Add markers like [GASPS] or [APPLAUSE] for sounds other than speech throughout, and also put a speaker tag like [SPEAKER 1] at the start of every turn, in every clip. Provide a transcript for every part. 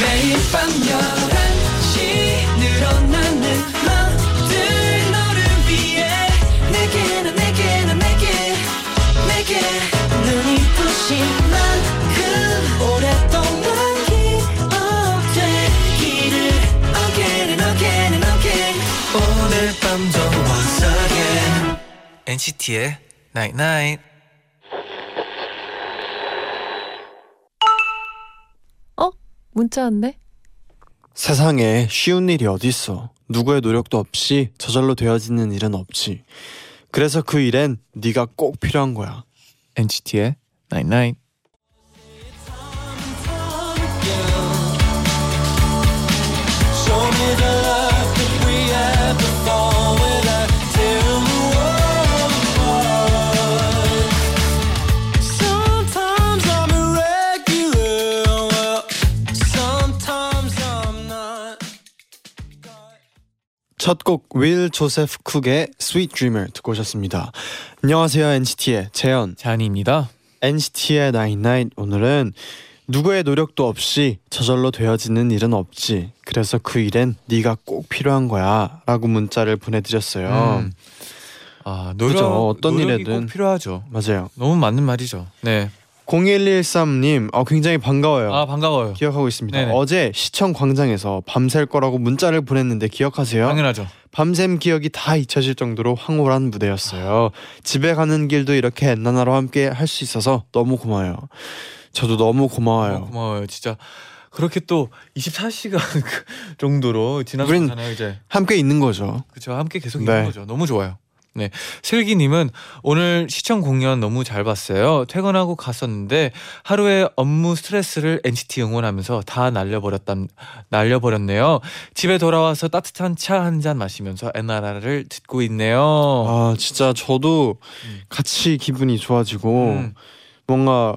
[SPEAKER 1] 매일 밤 11시 늘어나는 맘들 너를 위해 내게 난 내게 난 내게 내게 눈이 부신 만큼 오랫동안 기억되기를 Again and again and again 오늘 밤도 once again
[SPEAKER 2] NCT의 Night Night.
[SPEAKER 3] 어? 문자 왔네?
[SPEAKER 4] 세상에 쉬운 일이 어딨어. 누구의 노력도 없이 저절로 되어지는 일은 없지. 그래서 그 일엔 네가 꼭 필요한 거야.
[SPEAKER 2] NCT의 Night Night.
[SPEAKER 1] Sometimes I'm irregular Sometimes I'm not
[SPEAKER 4] 첫 곡 윌 조세프 쿡의 Sweet Dreamer 듣고 오셨습니다. 안녕하세요 NCT의 재현.
[SPEAKER 2] 잔입니다.
[SPEAKER 4] NCT의 나잇나잇 오늘은 누구의 노력도 없이 저절로 되어지는 일은 없지. 그래서 그 일엔 네가 꼭 필요한 거야라고 문자를 보내드렸어요.
[SPEAKER 2] 음. 아
[SPEAKER 4] 그죠,
[SPEAKER 2] 노력
[SPEAKER 4] 어떤
[SPEAKER 2] 노력이
[SPEAKER 4] 일에든.
[SPEAKER 2] 꼭 필요하죠.
[SPEAKER 4] 맞아요.
[SPEAKER 2] 너무 맞는 말이죠. 네.
[SPEAKER 4] 01113님, 어, 굉장히 반가워요.
[SPEAKER 2] 아 반가워요.
[SPEAKER 4] 기억하고 있습니다.
[SPEAKER 2] 네네.
[SPEAKER 4] 어제 시청 광장에서 밤샐 거라고 문자를 보냈는데 기억하세요?
[SPEAKER 2] 당연하죠.
[SPEAKER 4] 밤샘 기억이 다 잊혀질 정도로 황홀한 무대였어요. 집에 가는 길도 이렇게 엔나나로 함께 할 수 있어서 너무 고마워요. 저도 너무 고마워요.
[SPEAKER 2] 너무 어, 고마워요. 진짜 그렇게 또 24시간 [LAUGHS] 그 정도로
[SPEAKER 4] 우린-
[SPEAKER 2] 지나잖아요 이제.
[SPEAKER 4] 함께 있는 거죠.
[SPEAKER 2] 그쵸 함께 계속
[SPEAKER 4] 네.
[SPEAKER 2] 있는 거죠. 너무 좋아요. 네, 슬기님은 오늘 시청 공연 너무 잘 봤어요. 퇴근하고 갔었는데 하루의 업무 스트레스를 NCT 응원하면서 다 날려버렸담 날려버렸네요. 집에 돌아와서 따뜻한 차 한 잔 마시면서 엔나라를 듣고 있네요.
[SPEAKER 4] 아 진짜 저도
[SPEAKER 2] 어. 음.
[SPEAKER 4] 같이 기분이 좋아지고
[SPEAKER 2] 음.
[SPEAKER 4] 뭔가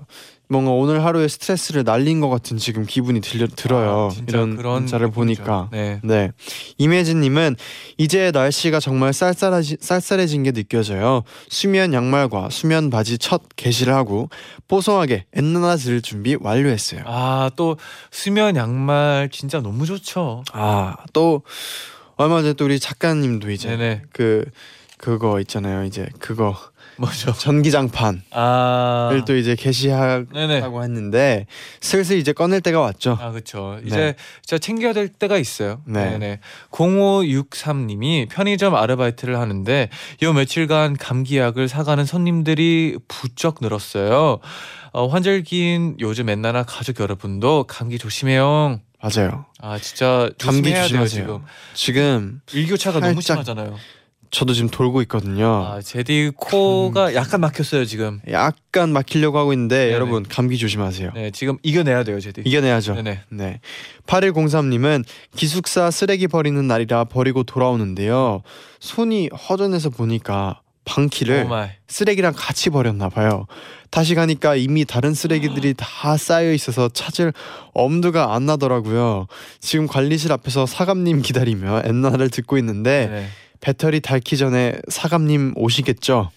[SPEAKER 4] 뭔가 오늘 하루의 스트레스를 날린 것 같은 지금 기분이 들려, 들어요.
[SPEAKER 2] 아, 진짜
[SPEAKER 4] 이런
[SPEAKER 2] 그런
[SPEAKER 4] 문자를
[SPEAKER 2] 기분이죠.
[SPEAKER 4] 보니까.
[SPEAKER 2] 네,
[SPEAKER 4] 네. 이매진님은 이제 날씨가 정말 쌀쌀하지, 쌀쌀해진 게 느껴져요. 수면 양말과 수면 바지 첫 개시를 하고 뽀송하게 엔나나 들을 준비 완료했어요.
[SPEAKER 2] 아 또 수면 양말 진짜 너무 좋죠.
[SPEAKER 4] 아 또 얼마 전에 또 우리 작가님도 이제
[SPEAKER 2] 네네,
[SPEAKER 4] 그 그거 있잖아요. 이제 그거
[SPEAKER 2] 뭐죠?
[SPEAKER 4] 전기장판을
[SPEAKER 2] 아,
[SPEAKER 4] 또 이제 개시하고
[SPEAKER 2] 네네.
[SPEAKER 4] 했는데 슬슬 이제 꺼낼 때가 왔죠.
[SPEAKER 2] 아 그렇죠.
[SPEAKER 4] 네.
[SPEAKER 2] 이제 진짜 챙겨야 될 때가 있어요. 네.
[SPEAKER 4] 네.
[SPEAKER 2] 네 0563님이 편의점 아르바이트를 하는데 요 며칠간 감기약을 사가는 손님들이 부쩍 늘었어요. 어, 환절기인 요즘 엔나나 가족 여러분도 감기 조심해요.
[SPEAKER 4] 맞아요.
[SPEAKER 2] 아 진짜
[SPEAKER 4] 감기
[SPEAKER 2] 조심해야 돼요,
[SPEAKER 4] 조심하세요.
[SPEAKER 2] 지금
[SPEAKER 4] 지금
[SPEAKER 2] 일교차가 너무
[SPEAKER 4] 살짝- 어.
[SPEAKER 2] 심하잖아요.
[SPEAKER 4] 저도 지금 돌고 있거든요.
[SPEAKER 2] 아 제디
[SPEAKER 4] 음.
[SPEAKER 2] 코가 약간 막혔어요 지금.
[SPEAKER 4] 약간 막히려고 하고 있는데
[SPEAKER 2] 네네.
[SPEAKER 4] 여러분 감기 조심하세요.
[SPEAKER 2] 네 지금 이겨내야 돼요 제디.
[SPEAKER 4] 이겨내야죠.
[SPEAKER 2] 네네.
[SPEAKER 4] 네. 8103님은 기숙사 쓰레기 버리는 날이라 버리고 돌아오는데요. 손이 허전해서 보니까
[SPEAKER 2] 오
[SPEAKER 4] 방키를
[SPEAKER 2] 마이.
[SPEAKER 4] 쓰레기랑 같이 버렸나 봐요. 다시 가니까 이미 다른 쓰레기들이 다 쌓여 있어서 찾을 엄두가 안 나더라고요. 지금 관리실 앞에서 사감님 기다리며 엔나를 듣고 있는데
[SPEAKER 2] 네네.
[SPEAKER 4] 배터리 닳기 전에 사감님 오시겠죠?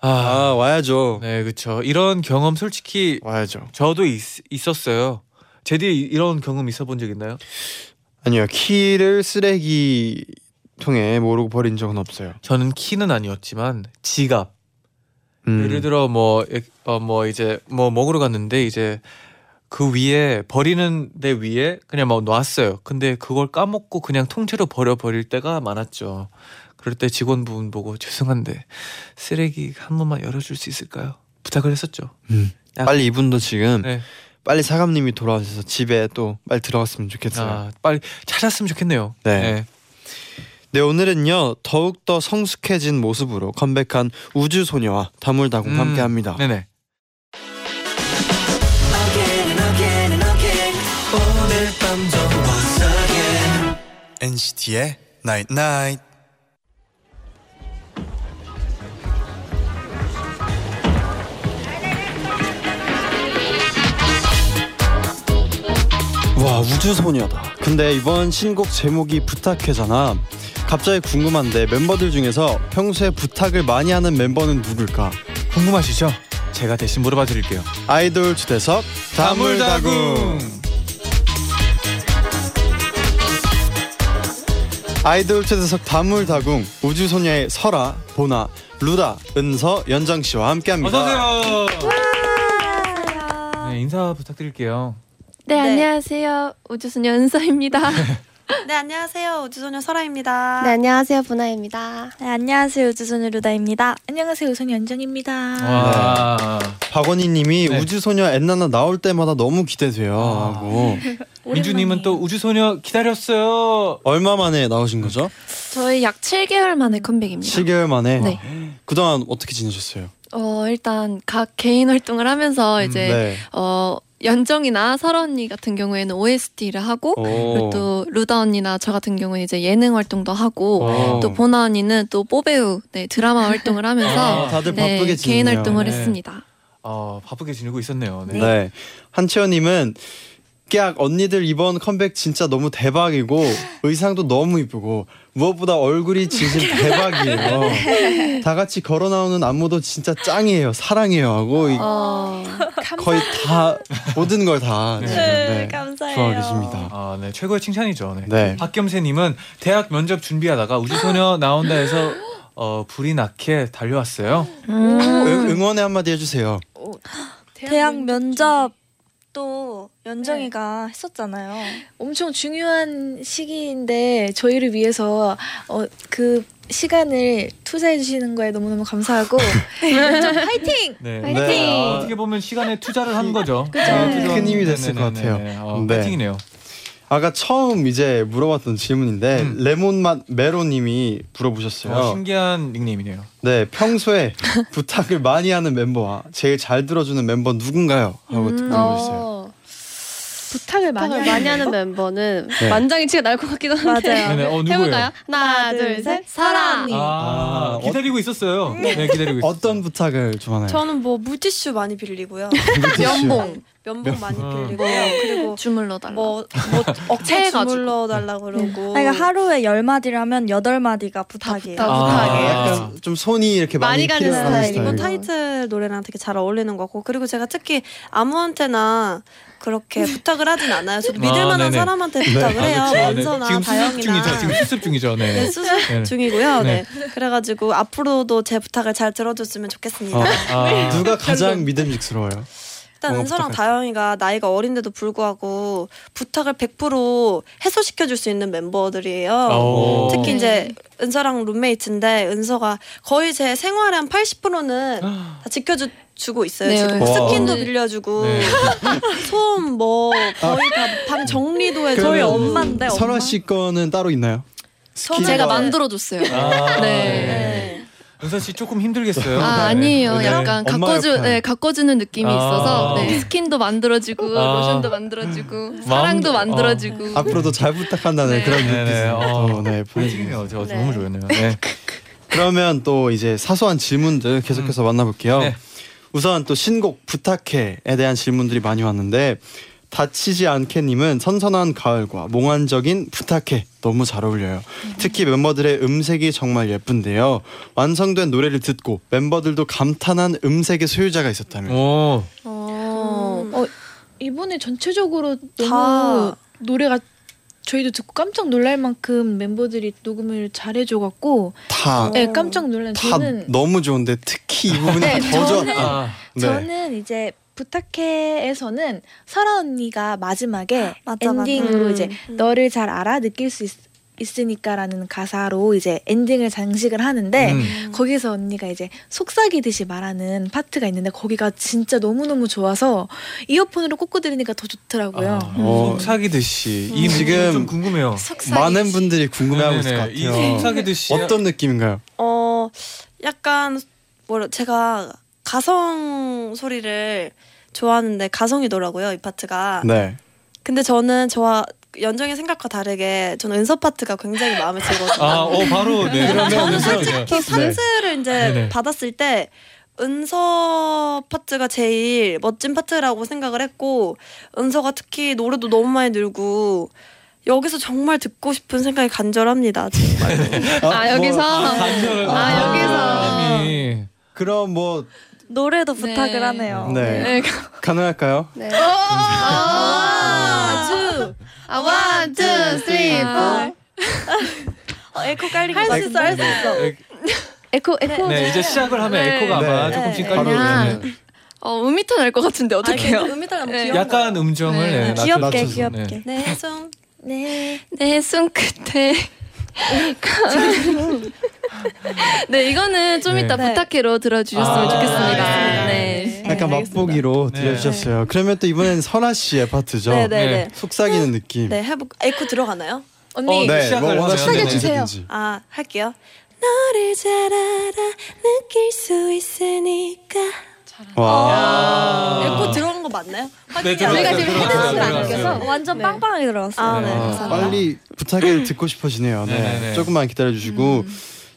[SPEAKER 2] 아,
[SPEAKER 4] 와야죠.
[SPEAKER 2] 네 그렇죠. 이런 경험 솔직히
[SPEAKER 4] 와야죠.
[SPEAKER 2] 저도 있, 있었어요. 제디 이- 이런 경험 있어본 적 있나요?
[SPEAKER 4] 아니요 키를 쓰레기통에 모르고 버린 적은 없어요.
[SPEAKER 2] 저는 키는 아니었지만 지갑.
[SPEAKER 4] 음.
[SPEAKER 2] 예를 들어 뭐뭐 어, 뭐 이제 뭐 먹으러 갔는데 이제 그 위에 버리는 데 위에 그냥 막 놨어요. 근데 그걸 까먹고 그냥 통째로 버려 버릴 때가 많았죠. 그럴 때 직원분 보고 죄송한데 쓰레기 한 번만 열어줄 수 있을까요? 부탁을 했었죠.
[SPEAKER 4] 음.
[SPEAKER 2] 약-
[SPEAKER 4] 빨리 이분도 지금
[SPEAKER 2] 네,
[SPEAKER 4] 빨리 사감님이 돌아오셔서 집에 또 빨리 들어갔으면 좋겠어요.
[SPEAKER 2] 아, 빨리 찾았으면 좋겠네요.
[SPEAKER 4] 네. 네 오늘은요 더욱더 성숙해진 모습으로 컴백한 우주 소녀와 다물다공
[SPEAKER 2] 음,
[SPEAKER 4] 함께합니다.
[SPEAKER 2] 네네.
[SPEAKER 1] Again and again and again 오늘 밤도 once again
[SPEAKER 4] NCT의 Night Night. 와 우주 소녀다. 근데 이번 신곡 제목이 부탁해잖아. 갑자기 궁금한데 멤버들 중에서 평소에 부탁을 많이 하는 멤버는 누굴까?
[SPEAKER 2] 궁금하시죠? 제가 대신 물어봐 드릴게요.
[SPEAKER 4] 아이돌 주대석 다물다궁. 아이돌 최대석 다물다궁 우주소녀의 설아, 보나, 루다, 은서, 연정 씨와 함께합니다.
[SPEAKER 2] 어서오세요. 네, 인사 부탁드릴게요.
[SPEAKER 3] 네,
[SPEAKER 5] 네.
[SPEAKER 3] 안녕하세요. 우주소녀 은서입니다.
[SPEAKER 6] [LAUGHS]
[SPEAKER 5] 네 안녕하세요 우주소녀 설아입니다.
[SPEAKER 6] 네, 안녕하세요. 보나입니다.
[SPEAKER 5] 네, 안녕하세요 우주소녀 루다입니다. 안녕하세요 우선 연정입니다.
[SPEAKER 4] 아, 어,
[SPEAKER 2] 와.
[SPEAKER 4] 박원희님이
[SPEAKER 2] 네.
[SPEAKER 4] 우주소녀 엔나나 나올 때마다 너무 기대돼요.
[SPEAKER 2] 아.
[SPEAKER 4] 하고
[SPEAKER 2] 민주님은 또 우주소녀 기다렸어요.
[SPEAKER 4] 얼마 만에 나오신 거죠?
[SPEAKER 3] 저희 약 7개월 만에 컴백입니다.
[SPEAKER 4] 7개월 만에.
[SPEAKER 3] 네.
[SPEAKER 4] 그동안 어떻게 지내셨어요?
[SPEAKER 3] 어, 일단 각 개인 활동을 하면서
[SPEAKER 2] 음,
[SPEAKER 3] 이제
[SPEAKER 4] 네.
[SPEAKER 3] 어, 연정이나 설아 언니 같은 경우에는 OST를 하고 어? 그리고
[SPEAKER 4] 오.
[SPEAKER 3] 또 루다 언니나 저 같은 경우는 이제 예능 활동도 하고
[SPEAKER 4] 오.
[SPEAKER 3] 또 보나 언니는 또 뽀배우 네, 드라마 활동을 하면서
[SPEAKER 4] [LAUGHS] 아, 다들
[SPEAKER 3] 네,
[SPEAKER 4] 바쁘게
[SPEAKER 3] 개인
[SPEAKER 4] 지내요.
[SPEAKER 3] 활동을
[SPEAKER 2] 네.
[SPEAKER 3] 했습니다.
[SPEAKER 2] 어, 바쁘게 지내고 있었네요. 네.
[SPEAKER 4] 네. 한채연님은 깍 언니들 이번 컴백 진짜 너무 대박이고 의상도 너무 이쁘고 무엇보다 얼굴이
[SPEAKER 5] [LAUGHS]
[SPEAKER 4] 진심
[SPEAKER 5] 네.
[SPEAKER 4] 대박이에요. 다 같이 걸어 나오는 안무도 진짜 짱이에요. 사랑해요 하고 이-
[SPEAKER 3] 어,
[SPEAKER 4] 거의 다 모든 걸 다.
[SPEAKER 2] 네.
[SPEAKER 4] 지금,
[SPEAKER 5] 네,
[SPEAKER 4] 네.
[SPEAKER 5] 감사해요.
[SPEAKER 4] 좋아하고 계십니다.
[SPEAKER 2] 아, 네. 최고의 칭찬이죠. 네.
[SPEAKER 4] 네.
[SPEAKER 2] 박겸세님은 대학 면접 준비하다가
[SPEAKER 4] [GASPS]
[SPEAKER 2] 우주소녀 나온다 해서 어, 불이 나게 달려왔어요.
[SPEAKER 5] 음.
[SPEAKER 4] 응, 응원의 한마디 해주세요.
[SPEAKER 5] 대학 면접 또 연정이가 했었잖아요.
[SPEAKER 7] 엄청 중요한 시기인데 저희를 위해서 어, 그 시간을 투자해 주시는 거에 너무너무
[SPEAKER 8] [LAUGHS]
[SPEAKER 7] 감사하고 좀 화이팅!
[SPEAKER 2] 네.
[SPEAKER 4] 화이팅!
[SPEAKER 2] 네. 어, 떻게 보면 시간에 투자를 한 거죠. 네, 투자한-
[SPEAKER 4] 큰 힘이
[SPEAKER 2] 네네네네.
[SPEAKER 4] 됐을 것 같아요.
[SPEAKER 2] 어,
[SPEAKER 4] 네.
[SPEAKER 2] 파이팅이네요.
[SPEAKER 4] 아까 처음 이제 물어봤던 질문인데
[SPEAKER 2] 음.
[SPEAKER 4] 레몬맛 메로님이 물어보셨어요.
[SPEAKER 2] 어, 신기한 닉네임이네요.
[SPEAKER 4] 네, 평소에 부탁을 많이 하는 멤버와 제일 잘 들어주는 멤버 누군가요? 하고 물어보셨어요.
[SPEAKER 7] 어, 부탁을 많이
[SPEAKER 6] 부탁을
[SPEAKER 7] 하는
[SPEAKER 6] 많이 하는 멤버는
[SPEAKER 4] 네.
[SPEAKER 6] 만장일치가 날 것 같기도 한데
[SPEAKER 5] 맞아요.
[SPEAKER 2] 네네. 어, 누구예요?
[SPEAKER 6] 해볼까요? 하나, 둘, 셋. 사랑.
[SPEAKER 5] 언니.
[SPEAKER 2] 아,
[SPEAKER 4] 아,
[SPEAKER 2] 기다리고 있었어요. 네, 기다리고 있었어요.
[SPEAKER 4] 어떤 부탁을 좀 하나요?
[SPEAKER 5] 저는 뭐 물티슈 많이 [LAUGHS] 빌리고요.
[SPEAKER 3] 면봉
[SPEAKER 5] 그렇죠. 면봉 많이
[SPEAKER 4] 아.
[SPEAKER 2] 면봉.
[SPEAKER 5] 빌리고요. 그리고
[SPEAKER 3] 어, 주물러 달라.
[SPEAKER 5] 뭐, 뭐 억체
[SPEAKER 3] 체해가지고.
[SPEAKER 5] 주물러 달라고 네. 그러고.
[SPEAKER 8] 그러니까 하루에 열 마디를 하면 여덟 마디가 부탁이에요.
[SPEAKER 2] 아,
[SPEAKER 3] 부탁.
[SPEAKER 7] 아.
[SPEAKER 2] 부탁이에요.
[SPEAKER 4] 아, 약간 좀 손이 이렇게
[SPEAKER 6] 많이
[SPEAKER 4] 많이,
[SPEAKER 6] 가는
[SPEAKER 4] 필요한
[SPEAKER 6] 스타일이고
[SPEAKER 5] 네, 이번
[SPEAKER 6] 스타일.
[SPEAKER 5] 타이틀 노래랑 되게 잘 어울리는 것 같고 그리고 제가 특히 아무한테나
[SPEAKER 6] 네.
[SPEAKER 5] 그렇게 부탁을 하진 않아요. 저도 믿을
[SPEAKER 2] 아,
[SPEAKER 5] 만한
[SPEAKER 2] 네네.
[SPEAKER 5] 사람한테 부탁을 해요.
[SPEAKER 2] 아, 그쵸. 네.
[SPEAKER 5] 원서나
[SPEAKER 2] 지금 수습
[SPEAKER 5] 다영이나
[SPEAKER 2] 중이죠. 지금 수습 중이죠. 네.
[SPEAKER 5] 네, 수습
[SPEAKER 2] 네.
[SPEAKER 5] 중이고요.
[SPEAKER 2] 네.
[SPEAKER 5] 네. 그래가지고 앞으로도 제 부탁을 잘 들어줬으면 좋겠습니다. [LAUGHS]
[SPEAKER 2] 아,
[SPEAKER 4] 누가 가장 믿음직스러워요?
[SPEAKER 5] 일단
[SPEAKER 4] 뭔가
[SPEAKER 5] 은서랑
[SPEAKER 4] 부탁할-
[SPEAKER 5] 다영이가 나이가 어린데도 불구하고 부탁을 100% 해소시켜줄 수 있는 멤버들이에요.
[SPEAKER 2] 아, 오.
[SPEAKER 5] 특히
[SPEAKER 3] 네.
[SPEAKER 5] 이제 은서랑 룸메이트인데 은서가 거의 제 생활의 한 80%는 다 지켜주고 있어요.
[SPEAKER 3] 네,
[SPEAKER 5] 지금
[SPEAKER 3] 와.
[SPEAKER 5] 스킨도
[SPEAKER 3] 네.
[SPEAKER 5] 빌려주고
[SPEAKER 2] 네.
[SPEAKER 5] [LAUGHS] 소음 뭐 거의 다방 정리도 해줘.
[SPEAKER 4] 그러면
[SPEAKER 5] 네, 엄마인데
[SPEAKER 4] 설아 씨 거는 따로 있나요? 스킨과-
[SPEAKER 3] 제가 만들어줬어요.
[SPEAKER 2] 아,
[SPEAKER 3] 네.
[SPEAKER 2] 은서 씨 조금 힘들겠어요.
[SPEAKER 3] 아 아니에요.
[SPEAKER 2] 네.
[SPEAKER 3] 약간
[SPEAKER 4] 엄마
[SPEAKER 3] 가꿔주
[SPEAKER 4] 역할.
[SPEAKER 3] 네, 가꿔주는 느낌이
[SPEAKER 2] 아.
[SPEAKER 3] 있어서 네, 스킨도 만들어주고
[SPEAKER 2] 아.
[SPEAKER 3] 로션도 만들어주고 사랑도
[SPEAKER 2] 마음- 어.
[SPEAKER 3] 만들어주고
[SPEAKER 4] 앞으로도 잘 부탁한다는
[SPEAKER 3] 네.
[SPEAKER 4] 그런
[SPEAKER 2] 네네.
[SPEAKER 4] 느낌이에요.
[SPEAKER 2] 어,
[SPEAKER 4] 네, 보여주네요.
[SPEAKER 2] 파이팅이네요. 저 너무 좋았네요. 네.
[SPEAKER 4] 그러면 또 이제 사소한 질문들 계속해서 만나볼게요.
[SPEAKER 2] 네.
[SPEAKER 4] 우선 또 신곡 부탁해에 대한 질문들이 많이 왔는데 다치지 않게님은 선선한 가을과 몽환적인 부탁해 너무 잘 어울려요. 특히 멤버들의 음색이 정말 예쁜데요. 완성된 노래를 듣고 멤버들도 감탄한 음색의 소유자가 있었다면
[SPEAKER 2] 오.
[SPEAKER 3] 어.
[SPEAKER 7] 어, 이번에 전체적으로 너무
[SPEAKER 5] 다.
[SPEAKER 7] 노래가 저희도 듣고 깜짝 놀랄 만큼 멤버들이 녹음을 잘해줘갖고
[SPEAKER 4] 다.
[SPEAKER 7] 네, 깜짝 놀란
[SPEAKER 4] 다
[SPEAKER 7] 저는
[SPEAKER 4] 너무 좋은데 특히 이 부분이
[SPEAKER 7] 네,
[SPEAKER 4] 더 네. 좋았다.
[SPEAKER 2] 아,
[SPEAKER 7] 저는 이제 부탁해에서는 설아 언니가 마지막에
[SPEAKER 5] 맞아, 맞아.
[SPEAKER 7] 엔딩으로
[SPEAKER 6] 음.
[SPEAKER 7] 이제 너를 잘 알아 느낄 수 있, 으니까라는 가사로 이제 엔딩을 장식을 하는데
[SPEAKER 2] 음.
[SPEAKER 7] 거기서 언니가 이제 속삭이듯이 말하는 파트가 있는데 거기가 진짜 너무너무 좋아서 이어폰으로 꽂고 들으니까 더 좋더라고요.
[SPEAKER 2] 아,
[SPEAKER 4] 어.
[SPEAKER 2] 속삭이듯이 이 지금
[SPEAKER 4] 지금
[SPEAKER 2] 좀 궁금해요.
[SPEAKER 4] 많은 분들이 궁금해하고 있을 것
[SPEAKER 2] 네네네. 이
[SPEAKER 4] 같아요.
[SPEAKER 2] 속삭이듯이
[SPEAKER 4] 어떤 느낌인가요?
[SPEAKER 5] 어 약간 뭐라 제가 가성 소리를 좋아하는데 가성이더라고요 이 파트가.
[SPEAKER 4] 네.
[SPEAKER 5] 근데 저는 저와 연정의 생각과 다르게 저는 은서 파트가 굉장히 마음에 들거든요.
[SPEAKER 2] 아, 어 바로 네.
[SPEAKER 5] 저는
[SPEAKER 2] 그러면
[SPEAKER 5] 솔직히 상스를 이제
[SPEAKER 2] 네. 네네.
[SPEAKER 5] 받았을 때 은서 파트가 제일 멋진 파트라고 생각을 했고 은서가 특히 노래도 너무 많이 늘고 여기서 정말 듣고 싶은 생각이 간절합니다. 지금.
[SPEAKER 2] 네.
[SPEAKER 3] 아 여기서
[SPEAKER 4] 뭐,
[SPEAKER 3] 아, 여기서.
[SPEAKER 2] 사람이.
[SPEAKER 4] 그럼 뭐
[SPEAKER 8] 노래도
[SPEAKER 3] 네.
[SPEAKER 8] 부탁을 하네요.
[SPEAKER 4] 네.
[SPEAKER 3] 네.
[SPEAKER 4] 가능할까요?
[SPEAKER 6] 네.
[SPEAKER 3] 아,
[SPEAKER 5] 아주
[SPEAKER 3] 아, one, two, three, four.
[SPEAKER 5] 어, 에코 네. 깔리기
[SPEAKER 7] 할 수
[SPEAKER 5] 맞-
[SPEAKER 7] 있어 할 수 있어
[SPEAKER 6] 에코 에코
[SPEAKER 2] 네 이제 시작을 하면
[SPEAKER 3] 네.
[SPEAKER 2] 에코가 아마
[SPEAKER 4] 네.
[SPEAKER 2] 조금씩
[SPEAKER 4] 바로
[SPEAKER 2] 깔리고
[SPEAKER 3] 그냥
[SPEAKER 2] 네.
[SPEAKER 3] 어, 음이터 날 것 같은데 어떡해요?
[SPEAKER 5] 음이탈 너무
[SPEAKER 3] 네.
[SPEAKER 5] 귀여운
[SPEAKER 2] 약간 음정을
[SPEAKER 3] 네.
[SPEAKER 2] 네, 낮춰-
[SPEAKER 4] 귀엽게,
[SPEAKER 2] 낮춰서, 네.
[SPEAKER 8] 귀엽게.
[SPEAKER 5] 네좀
[SPEAKER 7] 네
[SPEAKER 6] 아,
[SPEAKER 3] 내 숨
[SPEAKER 6] [LAUGHS]
[SPEAKER 3] 끝에 네 이거는 좀
[SPEAKER 2] 네.
[SPEAKER 3] 이따
[SPEAKER 7] 네.
[SPEAKER 3] 부탁해로 들어주셨으면
[SPEAKER 2] 아,
[SPEAKER 3] 좋겠습니다.
[SPEAKER 2] 알겠습니다.
[SPEAKER 3] 네.
[SPEAKER 4] 약간 맛보기로
[SPEAKER 2] 네.
[SPEAKER 4] 들려주셨어요. 그러면 또 이번엔 설아 씨의 파트죠.
[SPEAKER 5] 네네네 네,
[SPEAKER 2] 네.
[SPEAKER 4] 속삭이는 느낌.
[SPEAKER 5] 네, 해보 에코 들어가나요?
[SPEAKER 2] 어,
[SPEAKER 6] 언니
[SPEAKER 2] 네.
[SPEAKER 4] 뭐
[SPEAKER 2] 시작을
[SPEAKER 4] 원하시는
[SPEAKER 2] 하면
[SPEAKER 4] 대로
[SPEAKER 6] 되네요.
[SPEAKER 4] 언제든지.
[SPEAKER 5] 아 할게요. 너를 잘 알아 느낄 수 있으니까. 어,
[SPEAKER 2] 아.
[SPEAKER 5] 에코 들어간 거 맞나요? 확인이
[SPEAKER 2] 들어갔어요,
[SPEAKER 5] 안
[SPEAKER 6] 저희가
[SPEAKER 5] 돼요.
[SPEAKER 6] 지금
[SPEAKER 2] 들어갔어요,
[SPEAKER 6] 해당을 안
[SPEAKER 2] 들어갔어요.
[SPEAKER 6] 느껴서
[SPEAKER 8] 완전
[SPEAKER 6] 네.
[SPEAKER 8] 빵빵하게 들어갔어요.
[SPEAKER 5] 아, 네.
[SPEAKER 2] 아,
[SPEAKER 5] 감사합니다.
[SPEAKER 4] 빨리 부탁을 듣고 싶어지네요. 네.
[SPEAKER 2] 네네네.
[SPEAKER 4] 조금만 기다려 주시고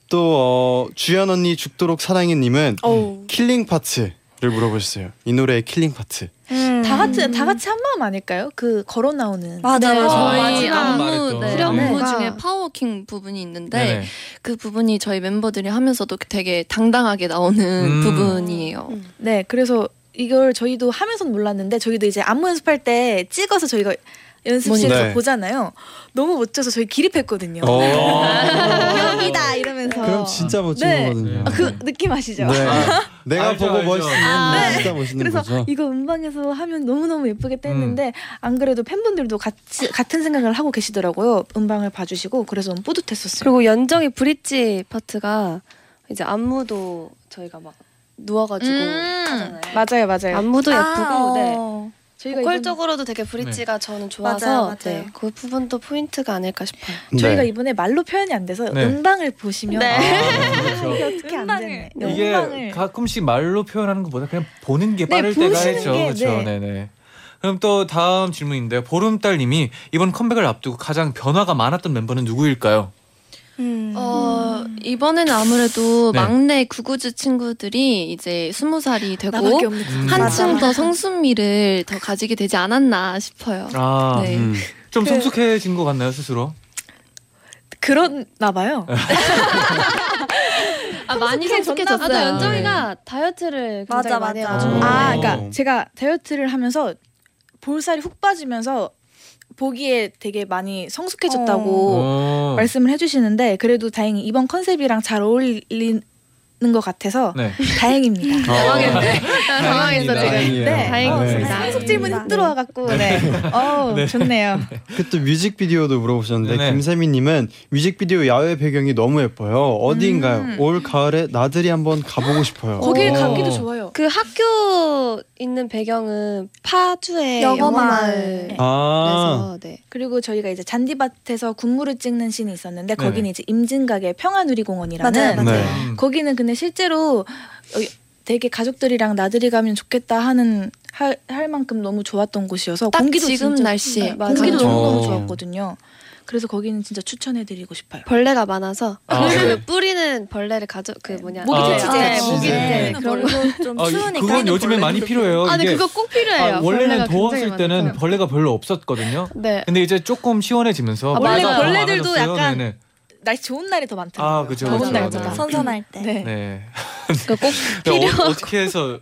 [SPEAKER 4] 또 어, 주연 언니 죽도록 사랑해 님은
[SPEAKER 5] 어우.
[SPEAKER 4] 킬링 파트를 물어보셨어요. 이 노래의 킬링 파트.
[SPEAKER 7] 다 같이 다 같이 한 마음 아닐까요? 그 걸어 나오는
[SPEAKER 8] 음. 맞아
[SPEAKER 3] 네,
[SPEAKER 8] 맞아.
[SPEAKER 3] 저희
[SPEAKER 2] 아,
[SPEAKER 3] 안무
[SPEAKER 2] 말했던.
[SPEAKER 3] 네,
[SPEAKER 2] 네.
[SPEAKER 3] 안무
[SPEAKER 7] 네.
[SPEAKER 3] 중에 파워워킹 부분이 있는데
[SPEAKER 2] 네네.
[SPEAKER 3] 그 부분이 저희 멤버들이 하면서도 되게 당당하게 나오는
[SPEAKER 2] 음.
[SPEAKER 3] 부분이에요.
[SPEAKER 7] 네, 그래서 이걸 저희도 하면서는 몰랐는데 저희도 이제 안무 연습할 때 찍어서 저희가 연습실에서
[SPEAKER 4] 네. 어.
[SPEAKER 7] 보잖아요. 너무 멋져서 저희 기립했거든요. 여기다 이러면서.
[SPEAKER 4] 그럼 진짜 멋진
[SPEAKER 7] 네.
[SPEAKER 4] 거거든요.
[SPEAKER 7] 아, 그 느낌 아시죠?
[SPEAKER 4] 네. 내가
[SPEAKER 2] 알죠,
[SPEAKER 4] 보고
[SPEAKER 2] 알죠.
[SPEAKER 4] 멋있는
[SPEAKER 7] 아.
[SPEAKER 4] 진짜 멋있는
[SPEAKER 7] 그래서
[SPEAKER 4] 거죠. 음.
[SPEAKER 7] 이거 음방에서 하면 너무너무 예쁘게 뗐는데 안 그래도 팬분들도 같이 같은 생각을 하고 계시더라고요. 음방을 봐주시고 그래서 너무 뿌듯했었어요.
[SPEAKER 6] 그리고 연정이 브릿지 파트가 이제 안무도 저희가 막 누워가지고
[SPEAKER 3] 음.
[SPEAKER 6] 하잖아요.
[SPEAKER 7] 맞아요, 맞아요.
[SPEAKER 6] 안무도 예쁘고 네.
[SPEAKER 8] 어.
[SPEAKER 7] 저희가 이번에,
[SPEAKER 6] 보컬적으로도 되게 브릿지가
[SPEAKER 2] 네.
[SPEAKER 6] 저는 좋아서
[SPEAKER 7] 맞아요, 맞아요.
[SPEAKER 6] 네, 그 부분도 포인트가 아닐까 싶어요.
[SPEAKER 7] 저희가
[SPEAKER 4] 네.
[SPEAKER 7] 이번에 말로 표현이 안 돼서
[SPEAKER 2] 네.
[SPEAKER 7] 음방을 보시면
[SPEAKER 2] 아,
[SPEAKER 7] 아, 이게
[SPEAKER 2] 그렇죠.
[SPEAKER 7] 어떻게 안
[SPEAKER 8] 음방을.
[SPEAKER 7] 되네.
[SPEAKER 2] 이게
[SPEAKER 7] 음방을.
[SPEAKER 2] 가끔씩 말로 표현하는 것보다 그냥 보는 게
[SPEAKER 7] 네,
[SPEAKER 2] 빠를 때가
[SPEAKER 7] 보시는
[SPEAKER 2] 있죠.
[SPEAKER 7] 게,
[SPEAKER 2] 그렇죠.
[SPEAKER 7] 네.
[SPEAKER 2] 네. 네 그럼 또 다음 질문인데요. 보름달님이 이번 컴백을 앞두고 가장 변화가 많았던 멤버는 누구일까요?
[SPEAKER 8] 음.
[SPEAKER 3] 어, 이번에는 아무래도
[SPEAKER 2] 네.
[SPEAKER 3] 막내 구구즈 친구들이 이제 스무 살이 되고
[SPEAKER 7] 나밖에 없는
[SPEAKER 2] 음.
[SPEAKER 3] 한층
[SPEAKER 8] 맞아.
[SPEAKER 3] 더 성숙미를 더 가지게 되지 않았나 싶어요.
[SPEAKER 2] 아,
[SPEAKER 3] 네.
[SPEAKER 4] 음.
[SPEAKER 2] 좀 성숙해진 것 같나요 스스로?
[SPEAKER 7] 그렇나 봐요.
[SPEAKER 3] 아, 많이 성숙해졌어요.
[SPEAKER 7] 성숙해졌나 봐요.
[SPEAKER 3] 네.
[SPEAKER 6] 연정이가
[SPEAKER 7] 네,
[SPEAKER 6] 다이어트를 굉장히
[SPEAKER 8] 맞아,
[SPEAKER 6] 많이
[SPEAKER 8] 맞아.
[SPEAKER 6] 해가지고
[SPEAKER 7] 아,
[SPEAKER 4] 오.
[SPEAKER 7] 그러니까 제가 다이어트를 하면서 볼살이 훅 빠지면서 보기에 되게 많이 성숙해졌다고
[SPEAKER 2] 오.
[SPEAKER 7] 뭐, 말씀을 해주시는데 그래도 다행히 이번 컨셉이랑 잘 어울리는 것 같아서
[SPEAKER 2] 네. [LAUGHS]
[SPEAKER 7] 다행입니다.
[SPEAKER 2] 당황했네.
[SPEAKER 3] 당황했어, 지금.
[SPEAKER 4] 다행이에요.
[SPEAKER 7] 네,
[SPEAKER 3] 다행입니다.
[SPEAKER 7] 어, 성숙 질문이 훅
[SPEAKER 8] 네.
[SPEAKER 7] 들어와갖고 네, 어 좋네요.
[SPEAKER 4] 그또 뮤직비디오도 물어보셨는데
[SPEAKER 2] 네네.
[SPEAKER 4] 김세미님은 뮤직비디오 야외 배경이 너무 예뻐요. 어디인가요?
[SPEAKER 7] 음.
[SPEAKER 4] 올 가을에 나들이 한번 가보고 싶어요.
[SPEAKER 2] 거기-
[SPEAKER 7] 거길
[SPEAKER 2] 오.
[SPEAKER 7] 가기도 좋아요.
[SPEAKER 6] 그 학교 있는 배경은 파주의
[SPEAKER 8] 영어마을.
[SPEAKER 6] 영어마을.
[SPEAKER 4] 아
[SPEAKER 6] 그래서 네.
[SPEAKER 7] 그리고 저희가 이제 잔디밭에서 군무를 찍는 씬이 있었는데
[SPEAKER 2] 네네.
[SPEAKER 7] 거기는 이제 임진각의 평화누리공원이라는
[SPEAKER 8] 맞아요, 맞아요.
[SPEAKER 4] 네.
[SPEAKER 2] 음.
[SPEAKER 7] 거기는 근데 실제로 어, 되게 가족들이랑 나들이 가면 좋겠다 하는 할, 할 만큼 너무 좋았던 곳이어서
[SPEAKER 3] 딱
[SPEAKER 7] 공기도
[SPEAKER 3] 지금
[SPEAKER 7] 진짜-
[SPEAKER 3] 날씨에
[SPEAKER 7] 네,
[SPEAKER 6] 맞아요.
[SPEAKER 7] 공기도 너무
[SPEAKER 2] 어.
[SPEAKER 7] 너무 좋았거든요. 그래서 거기는 진짜 추천해드리고 싶어요.
[SPEAKER 6] 벌레가 많아서
[SPEAKER 2] 아,
[SPEAKER 6] 그를
[SPEAKER 2] 네.
[SPEAKER 6] 뿌리는 벌레를 가져 그 뭐냐
[SPEAKER 2] 모기 퇴치.
[SPEAKER 6] 아, 네,
[SPEAKER 2] 퇴치.
[SPEAKER 6] 모기
[SPEAKER 2] 네.
[SPEAKER 6] 퇴치.
[SPEAKER 8] 네.
[SPEAKER 6] 그런 거.
[SPEAKER 8] 그리고 좀
[SPEAKER 2] 아, 이-
[SPEAKER 8] 추우니까
[SPEAKER 2] 그건 요즘에 많이 필요해요.
[SPEAKER 6] 아,
[SPEAKER 2] 이게
[SPEAKER 6] 근데 그거 꼭 필요해요.
[SPEAKER 2] 아, 원래는
[SPEAKER 6] 벌레가
[SPEAKER 2] 더웠을
[SPEAKER 6] 굉장히
[SPEAKER 2] 때는
[SPEAKER 6] 많아서.
[SPEAKER 2] 벌레가 별로 없었거든요.
[SPEAKER 6] 네.
[SPEAKER 2] 근데 이제 조금 시원해지면서
[SPEAKER 6] 아,
[SPEAKER 2] 벌레가
[SPEAKER 6] 맞아요.
[SPEAKER 2] 더
[SPEAKER 7] 벌레들도
[SPEAKER 2] 많아졌어요.
[SPEAKER 7] 약간
[SPEAKER 2] 네네.
[SPEAKER 7] 날씨 좋은 날이 더 많더라고요.
[SPEAKER 2] 아, 그죠,
[SPEAKER 7] 더운
[SPEAKER 2] 그죠.
[SPEAKER 7] 날보다.
[SPEAKER 2] 네.
[SPEAKER 8] 선선할 때.
[SPEAKER 6] [LAUGHS]
[SPEAKER 7] 네.
[SPEAKER 2] 네.
[SPEAKER 6] 그거 꼭
[SPEAKER 2] 네, 어, 어떻게 해서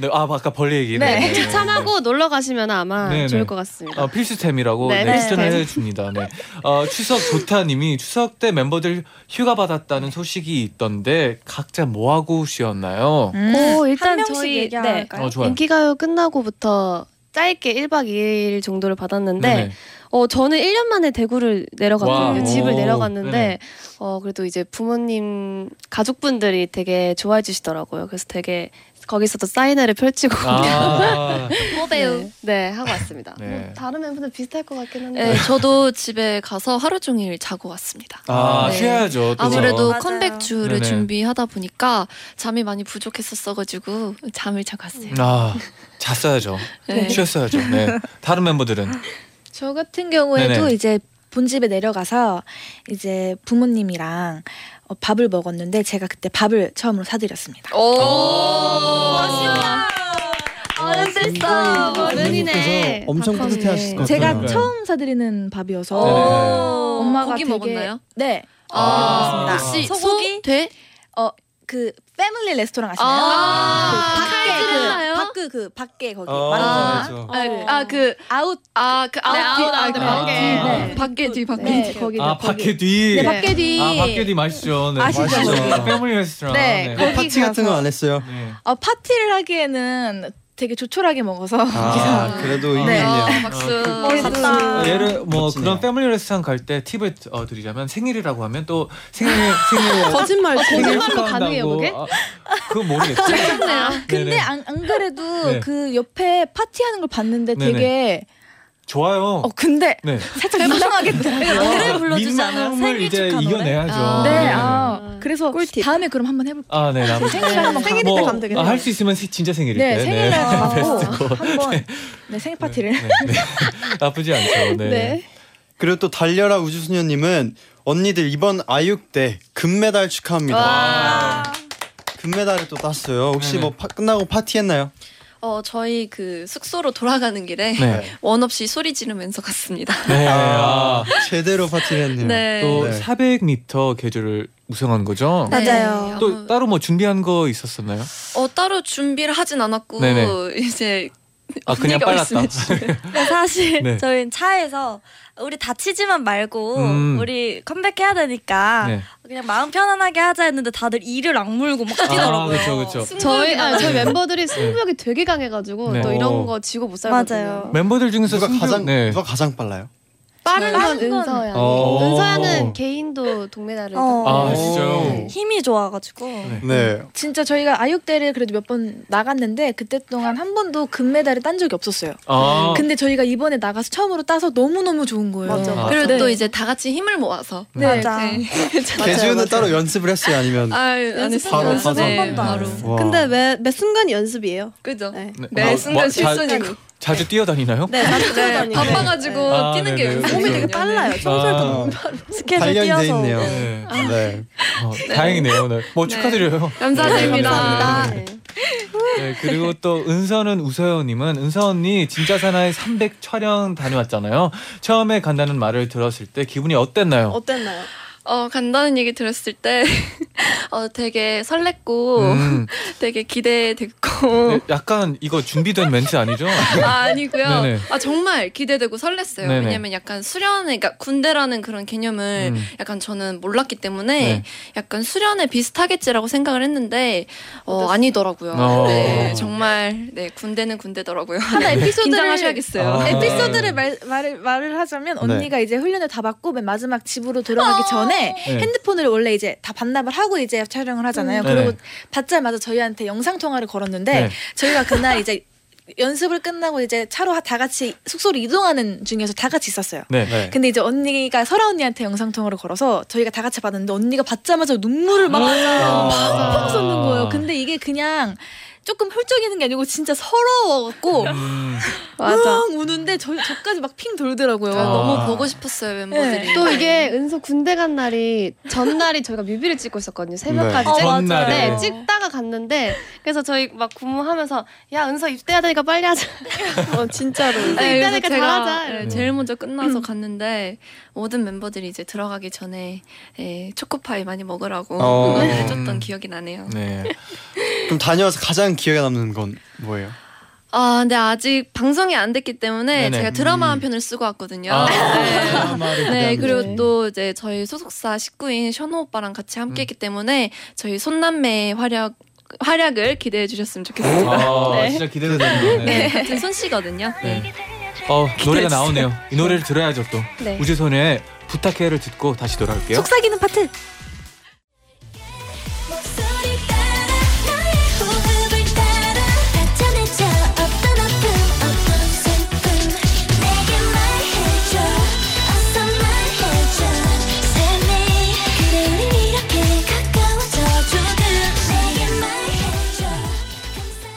[SPEAKER 2] 네, 아 아까 벌레 얘기네.
[SPEAKER 6] 네.
[SPEAKER 2] 네.
[SPEAKER 6] 추천하고 놀러 가시면 아마
[SPEAKER 2] 네, 네.
[SPEAKER 6] 좋을 것 같습니다.
[SPEAKER 2] 어, 필수템이라고
[SPEAKER 6] 네,
[SPEAKER 2] 네, 추천을
[SPEAKER 6] 필수템.
[SPEAKER 2] 해줍니다. 네. 어, 추석 조타님이 추석 때 멤버들 휴가 받았다는 소식이 있던데 각자 뭐 하고 쉬었나요?
[SPEAKER 7] 음.
[SPEAKER 6] 오, 일단
[SPEAKER 8] 한 명씩
[SPEAKER 6] 저희, 네.
[SPEAKER 8] 얘기할까요?
[SPEAKER 2] 어 좋아요.
[SPEAKER 6] 인기가요 끝나고부터 짧게 1박 2일 정도를 받았는데
[SPEAKER 2] 네네.
[SPEAKER 6] 어 저는 1년 만에 대구를 내려갔거든요.
[SPEAKER 2] 와우.
[SPEAKER 6] 집을
[SPEAKER 2] 오,
[SPEAKER 6] 내려갔는데
[SPEAKER 2] 네네.
[SPEAKER 6] 어 그래도 이제 부모님 가족분들이 되게 좋아해 주시더라고요. 그래서 되게 거기서도 사인회를 펼치고 [LAUGHS]
[SPEAKER 2] 아,
[SPEAKER 3] 뭐
[SPEAKER 6] 네, 네, 하고 왔습니다.
[SPEAKER 2] 네.
[SPEAKER 6] 뭐 다른 멤버들 비슷할 것 같긴 한데
[SPEAKER 3] 네, 저도 집에 가서 하루 종일 자고 왔습니다.
[SPEAKER 2] 아
[SPEAKER 3] 네.
[SPEAKER 2] 쉬어야죠. 또.
[SPEAKER 3] 아무래도
[SPEAKER 8] 맞아요.
[SPEAKER 3] 컴백주를
[SPEAKER 2] 네네.
[SPEAKER 3] 준비하다 보니까 잠이 많이 부족했었어가지고 잠을 자고 왔어요.
[SPEAKER 2] 아 잤어야죠.
[SPEAKER 3] 네.
[SPEAKER 2] 쉬었어야죠. 네. 다른 멤버들은
[SPEAKER 7] 저 같은 경우에도
[SPEAKER 2] 네네.
[SPEAKER 7] 이제 본집에 내려가서 이제 부모님이랑 어, 밥을 먹었는데 제가 그때 밥을 처음으로 사드렸습니다.
[SPEAKER 3] 아,
[SPEAKER 6] 아, 어른됐어
[SPEAKER 4] 부모님께서
[SPEAKER 6] 어른이네.
[SPEAKER 4] 엄청
[SPEAKER 6] 다 컸네.
[SPEAKER 4] 뿌듯해하실 것 같아요.
[SPEAKER 7] 제가
[SPEAKER 2] 그러니까요.
[SPEAKER 7] 처음 사드리는 밥이어서
[SPEAKER 2] 네네네.
[SPEAKER 7] 엄마가
[SPEAKER 3] 고기
[SPEAKER 7] 되게-
[SPEAKER 3] 먹었나요?
[SPEAKER 7] 네.
[SPEAKER 3] 아,
[SPEAKER 2] 아,
[SPEAKER 3] 혹시
[SPEAKER 7] 소고기?
[SPEAKER 3] 소, 돼?
[SPEAKER 7] 어 그 패밀리 레스토랑 아시나요?
[SPEAKER 3] 아,
[SPEAKER 7] 그 밖에
[SPEAKER 3] 칼질했나요?
[SPEAKER 7] 그 그, 그 밖에 거기
[SPEAKER 2] 어,
[SPEAKER 7] 말하잖아.
[SPEAKER 2] 그렇죠.
[SPEAKER 6] 아그 아웃
[SPEAKER 3] 아그
[SPEAKER 6] 네, 아웃 아웃
[SPEAKER 3] 뒤,
[SPEAKER 2] 아웃.
[SPEAKER 6] 밖에
[SPEAKER 2] 네.
[SPEAKER 3] 밖에 뒤 밖에
[SPEAKER 7] 네.
[SPEAKER 3] 뒤.
[SPEAKER 6] 거기
[SPEAKER 2] 아 밖에 뒤.
[SPEAKER 7] 그
[SPEAKER 6] 네, 밖에 뒤.
[SPEAKER 2] 아 밖에 뒤 맛있죠. 네,
[SPEAKER 7] 아시죠?
[SPEAKER 2] 맛있죠. 패밀리 레스토랑.
[SPEAKER 7] 네,
[SPEAKER 2] 네.
[SPEAKER 4] 파티 같은 건 안 했어요.
[SPEAKER 2] 네.
[SPEAKER 7] 아, 파티를 하기에는 되게 조촐하게 먹어서
[SPEAKER 4] 아 그래도 의미
[SPEAKER 7] 네.
[SPEAKER 4] 있네요.
[SPEAKER 3] 아, 박수.
[SPEAKER 6] 어,
[SPEAKER 7] 멋있다.
[SPEAKER 2] 예를 뭐
[SPEAKER 4] 멋지네요.
[SPEAKER 2] 그런 패밀리 레스토랑 갈 때 팁을 어, 드리자면 생일이라고 하면 또 생일 생일
[SPEAKER 5] 거짓말.
[SPEAKER 2] 생일
[SPEAKER 6] 거짓말로 가능해요,
[SPEAKER 2] 축하한다고.
[SPEAKER 6] 그게?
[SPEAKER 2] 아, 그건 모르겠어요.
[SPEAKER 6] 아,
[SPEAKER 7] 근데
[SPEAKER 2] [LAUGHS] 네네.
[SPEAKER 7] 안, 안 그래도
[SPEAKER 2] [LAUGHS] 네.
[SPEAKER 7] 그 옆에 파티하는 걸 봤는데
[SPEAKER 2] 네네.
[SPEAKER 7] 되게
[SPEAKER 2] 좋아요.
[SPEAKER 7] 어 근데
[SPEAKER 2] 네.
[SPEAKER 5] [LAUGHS]
[SPEAKER 7] 살짝
[SPEAKER 5] 아,
[SPEAKER 7] 이상하겠더라고요.
[SPEAKER 5] 노래를 불러주지 않아요?
[SPEAKER 2] 민망함을
[SPEAKER 5] 생일
[SPEAKER 2] 이제
[SPEAKER 5] 축하 노래?
[SPEAKER 2] 이겨내야죠.
[SPEAKER 3] 아.
[SPEAKER 7] 네,
[SPEAKER 2] 네네.
[SPEAKER 7] 아 그래서
[SPEAKER 5] 꿀팁.
[SPEAKER 7] 다음에 그럼 한번 해볼게요.
[SPEAKER 2] 아, 네, 남
[SPEAKER 7] 생일날 한번
[SPEAKER 5] 생일일
[SPEAKER 7] 가고.
[SPEAKER 5] 때 가면 되겠네요.
[SPEAKER 2] 아, 할 수 있으면 시- 진짜 생일일
[SPEAKER 7] 네,
[SPEAKER 2] 때. [LAUGHS]
[SPEAKER 7] 생일날 가고
[SPEAKER 2] 베스트 거.
[SPEAKER 7] 한번 네 생일 파티를.
[SPEAKER 2] 아, 네, 네. 나쁘지 않죠. 네.
[SPEAKER 7] 네.
[SPEAKER 4] 그리고 또 달려라 우주소녀님은 언니들 이번 아육 대 금메달 축하합니다. 금메달을 또 땄어요. 혹시
[SPEAKER 2] 네네.
[SPEAKER 4] 뭐 파- 끝나고 파티했나요?
[SPEAKER 3] 어 저희 그 숙소로 돌아가는 길에
[SPEAKER 2] 네.
[SPEAKER 3] 원 없이 소리 지르면서 갔습니다.
[SPEAKER 2] 네. 아,
[SPEAKER 4] 제대로 파티를 했네요.
[SPEAKER 3] 네.
[SPEAKER 2] 또
[SPEAKER 4] 네.
[SPEAKER 2] 400m 계주를 우승한 거죠?
[SPEAKER 3] 네,
[SPEAKER 5] 맞아요.
[SPEAKER 3] 아마-
[SPEAKER 2] 또 따로 뭐 준비한 거 있었었나요?
[SPEAKER 3] 어 따로 준비를 하진 않았고
[SPEAKER 2] 네네.
[SPEAKER 3] 이제
[SPEAKER 2] 아, 그냥
[SPEAKER 3] 언니가
[SPEAKER 2] 빨랐다.
[SPEAKER 3] 말씀해 주시면.
[SPEAKER 8] 근데 사실
[SPEAKER 2] 네.
[SPEAKER 8] 저희는 차에서 우리 다치지만 말고
[SPEAKER 2] 음.
[SPEAKER 8] 우리 컴백해야 되니까
[SPEAKER 2] 네.
[SPEAKER 5] 아,
[SPEAKER 8] 그냥 마음 편안하게 하자 했는데 다들 이를 악물고 막
[SPEAKER 2] 아,
[SPEAKER 8] 뛰더라고요.
[SPEAKER 2] 그렇죠, 그렇죠.
[SPEAKER 6] 저희 아 저희 멤버들이 승부욕이 되게 강해가지고
[SPEAKER 2] 네.
[SPEAKER 6] 또 이런
[SPEAKER 4] 오.
[SPEAKER 6] 거 지고 못 살거든요.
[SPEAKER 8] 맞아요.
[SPEAKER 2] 멤버들 중에서
[SPEAKER 4] 누가
[SPEAKER 2] 승부-
[SPEAKER 4] 가장
[SPEAKER 2] 네.
[SPEAKER 4] 누가 가장 빨라요?
[SPEAKER 6] 빠른 건
[SPEAKER 8] 빠른 건-
[SPEAKER 6] 은서야.
[SPEAKER 2] 어.
[SPEAKER 6] 은서야는 개인도 동메달을
[SPEAKER 8] 어.
[SPEAKER 2] 아, 진짜요?
[SPEAKER 4] 오.
[SPEAKER 8] 힘이 좋아가지고
[SPEAKER 2] 네.
[SPEAKER 8] 음.
[SPEAKER 4] 네.
[SPEAKER 7] 진짜 저희가 아육대를 그래도 몇 번 나갔는데 그때 동안 한 번도 금메달을 딴 적이 없었어요.
[SPEAKER 2] 아,
[SPEAKER 7] 근데 저희가 이번에 나가서 처음으로 따서 너무 너무 좋은 거예요.
[SPEAKER 5] 맞아, 맞아.
[SPEAKER 3] 그리고
[SPEAKER 7] 네.
[SPEAKER 3] 또 이제 다 같이 힘을 모아서
[SPEAKER 7] 네.
[SPEAKER 8] 맞아.
[SPEAKER 4] 개주는 따로 연습을 했어요 아니면
[SPEAKER 3] 아안 했어요.
[SPEAKER 4] 바로 가서?
[SPEAKER 3] 네,
[SPEAKER 8] 한 번도 안
[SPEAKER 3] 바로.
[SPEAKER 8] 했어요.
[SPEAKER 4] 와.
[SPEAKER 5] 근데 매, 매 순간 연습이에요.
[SPEAKER 3] 그죠?
[SPEAKER 5] 네.
[SPEAKER 2] 네.
[SPEAKER 3] 매
[SPEAKER 2] 아,
[SPEAKER 3] 순간
[SPEAKER 2] 뭐, 자-
[SPEAKER 3] 실선이고
[SPEAKER 2] 자주 뛰어다니나요?
[SPEAKER 5] 네, 사실
[SPEAKER 3] 네, 바빠가지고
[SPEAKER 2] 아,
[SPEAKER 3] 뛰는
[SPEAKER 2] 네네.
[SPEAKER 3] 게 요새
[SPEAKER 5] 몸이
[SPEAKER 2] 그렇죠.
[SPEAKER 5] 되게 빨라요.
[SPEAKER 2] 아.
[SPEAKER 5] 청소할
[SPEAKER 8] 스케줄
[SPEAKER 4] 어, 단련돼
[SPEAKER 8] 뛰어서 아,
[SPEAKER 4] 있네요.
[SPEAKER 2] 네.
[SPEAKER 4] 네.
[SPEAKER 2] 어, 다행이네요. 오늘 뭐 축하드려요.
[SPEAKER 3] 감사드립니다.
[SPEAKER 2] 네, 네, 그리고 또 은서는 우서연님은 은서 언니 진짜 사나이 300 촬영 다녀왔잖아요. 처음에 간다는 말을 들었을 때 기분이
[SPEAKER 5] 때
[SPEAKER 2] 어땠나요?
[SPEAKER 5] 어땠나요?
[SPEAKER 3] 어 간다는 얘기 들었을 때 [LAUGHS] 어, 되게 설렜고
[SPEAKER 2] 음,
[SPEAKER 3] [LAUGHS] 되게 기대됐고
[SPEAKER 2] 네, 약간 이거 준비된 멘트 아니죠?
[SPEAKER 3] [LAUGHS] 아, 아니고요.
[SPEAKER 2] 네네.
[SPEAKER 3] 아 정말 기대되고 설렜어요.
[SPEAKER 2] 네네.
[SPEAKER 3] 왜냐면 약간 수련, 그러니까 군대라는 그런 개념을
[SPEAKER 2] 음.
[SPEAKER 3] 약간 저는 몰랐기 때문에
[SPEAKER 2] 네.
[SPEAKER 3] 약간 수련에 비슷하겠지라고 생각을 했는데 어, 아니더라고요.
[SPEAKER 2] 어.
[SPEAKER 3] 네, 정말 네 군대는 군대더라고요. [LAUGHS]
[SPEAKER 7] 하나
[SPEAKER 3] 네.
[SPEAKER 7] 에피소드를 네.
[SPEAKER 3] 긴장하셔야겠어요.
[SPEAKER 2] 아.
[SPEAKER 7] 에피소드를 말, 말을 말을 하자면 언니가 이제 훈련을 다 받고 맨 마지막 집으로 네. 돌아가기 전에
[SPEAKER 2] 네.
[SPEAKER 7] 핸드폰을 원래 이제 다 반납을 하고 이제 촬영을 하잖아요.
[SPEAKER 2] 음.
[SPEAKER 7] 그리고
[SPEAKER 2] 네네.
[SPEAKER 7] 받자마자 저희한테 영상 통화를 걸었는데
[SPEAKER 2] 네.
[SPEAKER 7] 저희가 그날 이제 연습을 끝나고 이제 차로 다 같이 숙소로 이동하는 중에서 다 같이 있었어요.
[SPEAKER 2] 네.
[SPEAKER 4] 네.
[SPEAKER 7] 근데 이제 언니가 설아 언니한테 영상 통화를 걸어서 저희가 다 같이 봤는데 언니가 받자마자 눈물을 막
[SPEAKER 5] 음.
[SPEAKER 2] 아.
[SPEAKER 7] 펑펑 쏟는 거예요. 근데 이게 그냥 조금 훌쩍이는 게 아니고 진짜 서러웠고
[SPEAKER 2] 음,
[SPEAKER 3] 맞아.
[SPEAKER 7] 펑 우는데 저, 저까지 막 핑 돌더라고요.
[SPEAKER 3] 아,
[SPEAKER 2] 아.
[SPEAKER 3] 너무 보고 싶었어요 멤버들이.
[SPEAKER 7] 네.
[SPEAKER 6] 또 이게 은서 군대 간 날이 전날이 저희가 뮤비를 찍고 있었거든요. 새벽까지
[SPEAKER 2] 네.
[SPEAKER 6] 찍-
[SPEAKER 2] 전날에.
[SPEAKER 6] 네, 찍다가 갔는데 그래서 저희 막 구무하면서 야 은서 입대하다니까 빨리 하자.
[SPEAKER 5] 어, 진짜로.
[SPEAKER 6] 네,
[SPEAKER 3] 그래서
[SPEAKER 6] 이따니까 다 하자. 음.
[SPEAKER 3] 네, 제일 먼저 끝나서 갔는데 모든 멤버들이 이제 들어가기 전에 예, 초코파이 많이 먹으라고
[SPEAKER 4] 어.
[SPEAKER 3] 응원을 [LAUGHS] 해줬던 기억이 나네요.
[SPEAKER 2] 네.
[SPEAKER 4] 그럼 다녀와서 가장 기억에 남는 건 뭐예요?
[SPEAKER 3] 아, 근데 아직 방송이 안 됐기 때문에
[SPEAKER 2] 네네.
[SPEAKER 3] 제가 드라마
[SPEAKER 2] 음.
[SPEAKER 3] 한 편을 쓰고 왔거든요.
[SPEAKER 2] 아, [LAUGHS]
[SPEAKER 3] 네.
[SPEAKER 4] 드라마를
[SPEAKER 3] 네,
[SPEAKER 4] 기대하는
[SPEAKER 3] 그리고
[SPEAKER 4] 거죠.
[SPEAKER 3] 또 이제 저희 소속사 식구인 션호 오빠랑 같이 함께
[SPEAKER 2] 음.
[SPEAKER 3] 했기 때문에 저희 손남매의 활약, 활약을 기대해 주셨으면 좋겠습니다.
[SPEAKER 2] 아,
[SPEAKER 6] 네.
[SPEAKER 2] 진짜 기대가 되네요. 네.
[SPEAKER 3] 네, 같은 손씨거든요.
[SPEAKER 2] 네. 어, 노래가 나오네요. 이 노래를 들어야죠 또.
[SPEAKER 6] 네.
[SPEAKER 2] 우주소녀의 부탁해를 듣고 다시 돌아올게요.
[SPEAKER 5] 속삭이는 파트.
[SPEAKER 1] 목소리 따라 나의 호흡을 따라 나타내줘 어떤 아픔 어떤 슬픔 내게 말해줘 어서 말해줘 삶이 그래 우린 이렇게 가까워져 조금 내게 말해줘 감사한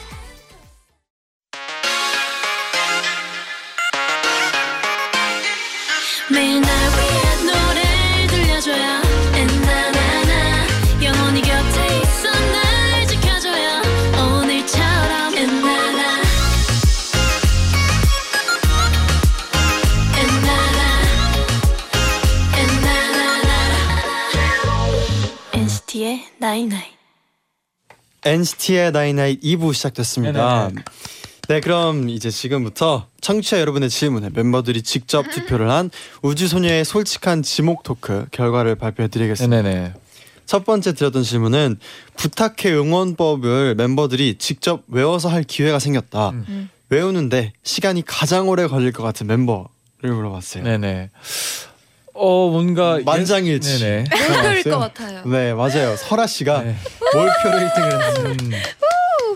[SPEAKER 1] 매일 날 위한 노래를 들려줘요 엔나나나 영원히 곁에 있어 날 지켜줘요 오늘처럼 엔나나 엔나나 엔나나나 NCT의 나잇나잇
[SPEAKER 4] NCT의 나이나잇 2부 시작됐습니다.
[SPEAKER 2] 네네.
[SPEAKER 4] 네, 그럼 이제 지금부터 청취자 여러분의 질문에 멤버들이 직접 투표를 한 우주소녀의 솔직한 지목 토크 결과를 발표해드리겠습니다.
[SPEAKER 2] 네네네.
[SPEAKER 4] 첫 번째 드렸던 질문은 부탁해 응원법을 멤버들이 직접 외워서 할 기회가 생겼다.
[SPEAKER 2] 음.
[SPEAKER 4] 외우는데 시간이 가장 오래 걸릴 것 같은 멤버를 물어봤어요.
[SPEAKER 2] 네네. 어 뭔가 예-
[SPEAKER 4] 예. 음, 만장일치.
[SPEAKER 2] 네네.
[SPEAKER 3] 일
[SPEAKER 4] 맞아요.
[SPEAKER 3] 것 같아요.
[SPEAKER 4] 네, 맞아요. 설아 씨가
[SPEAKER 2] 네.
[SPEAKER 4] 몰표를 1등을 했어요.
[SPEAKER 2] 음.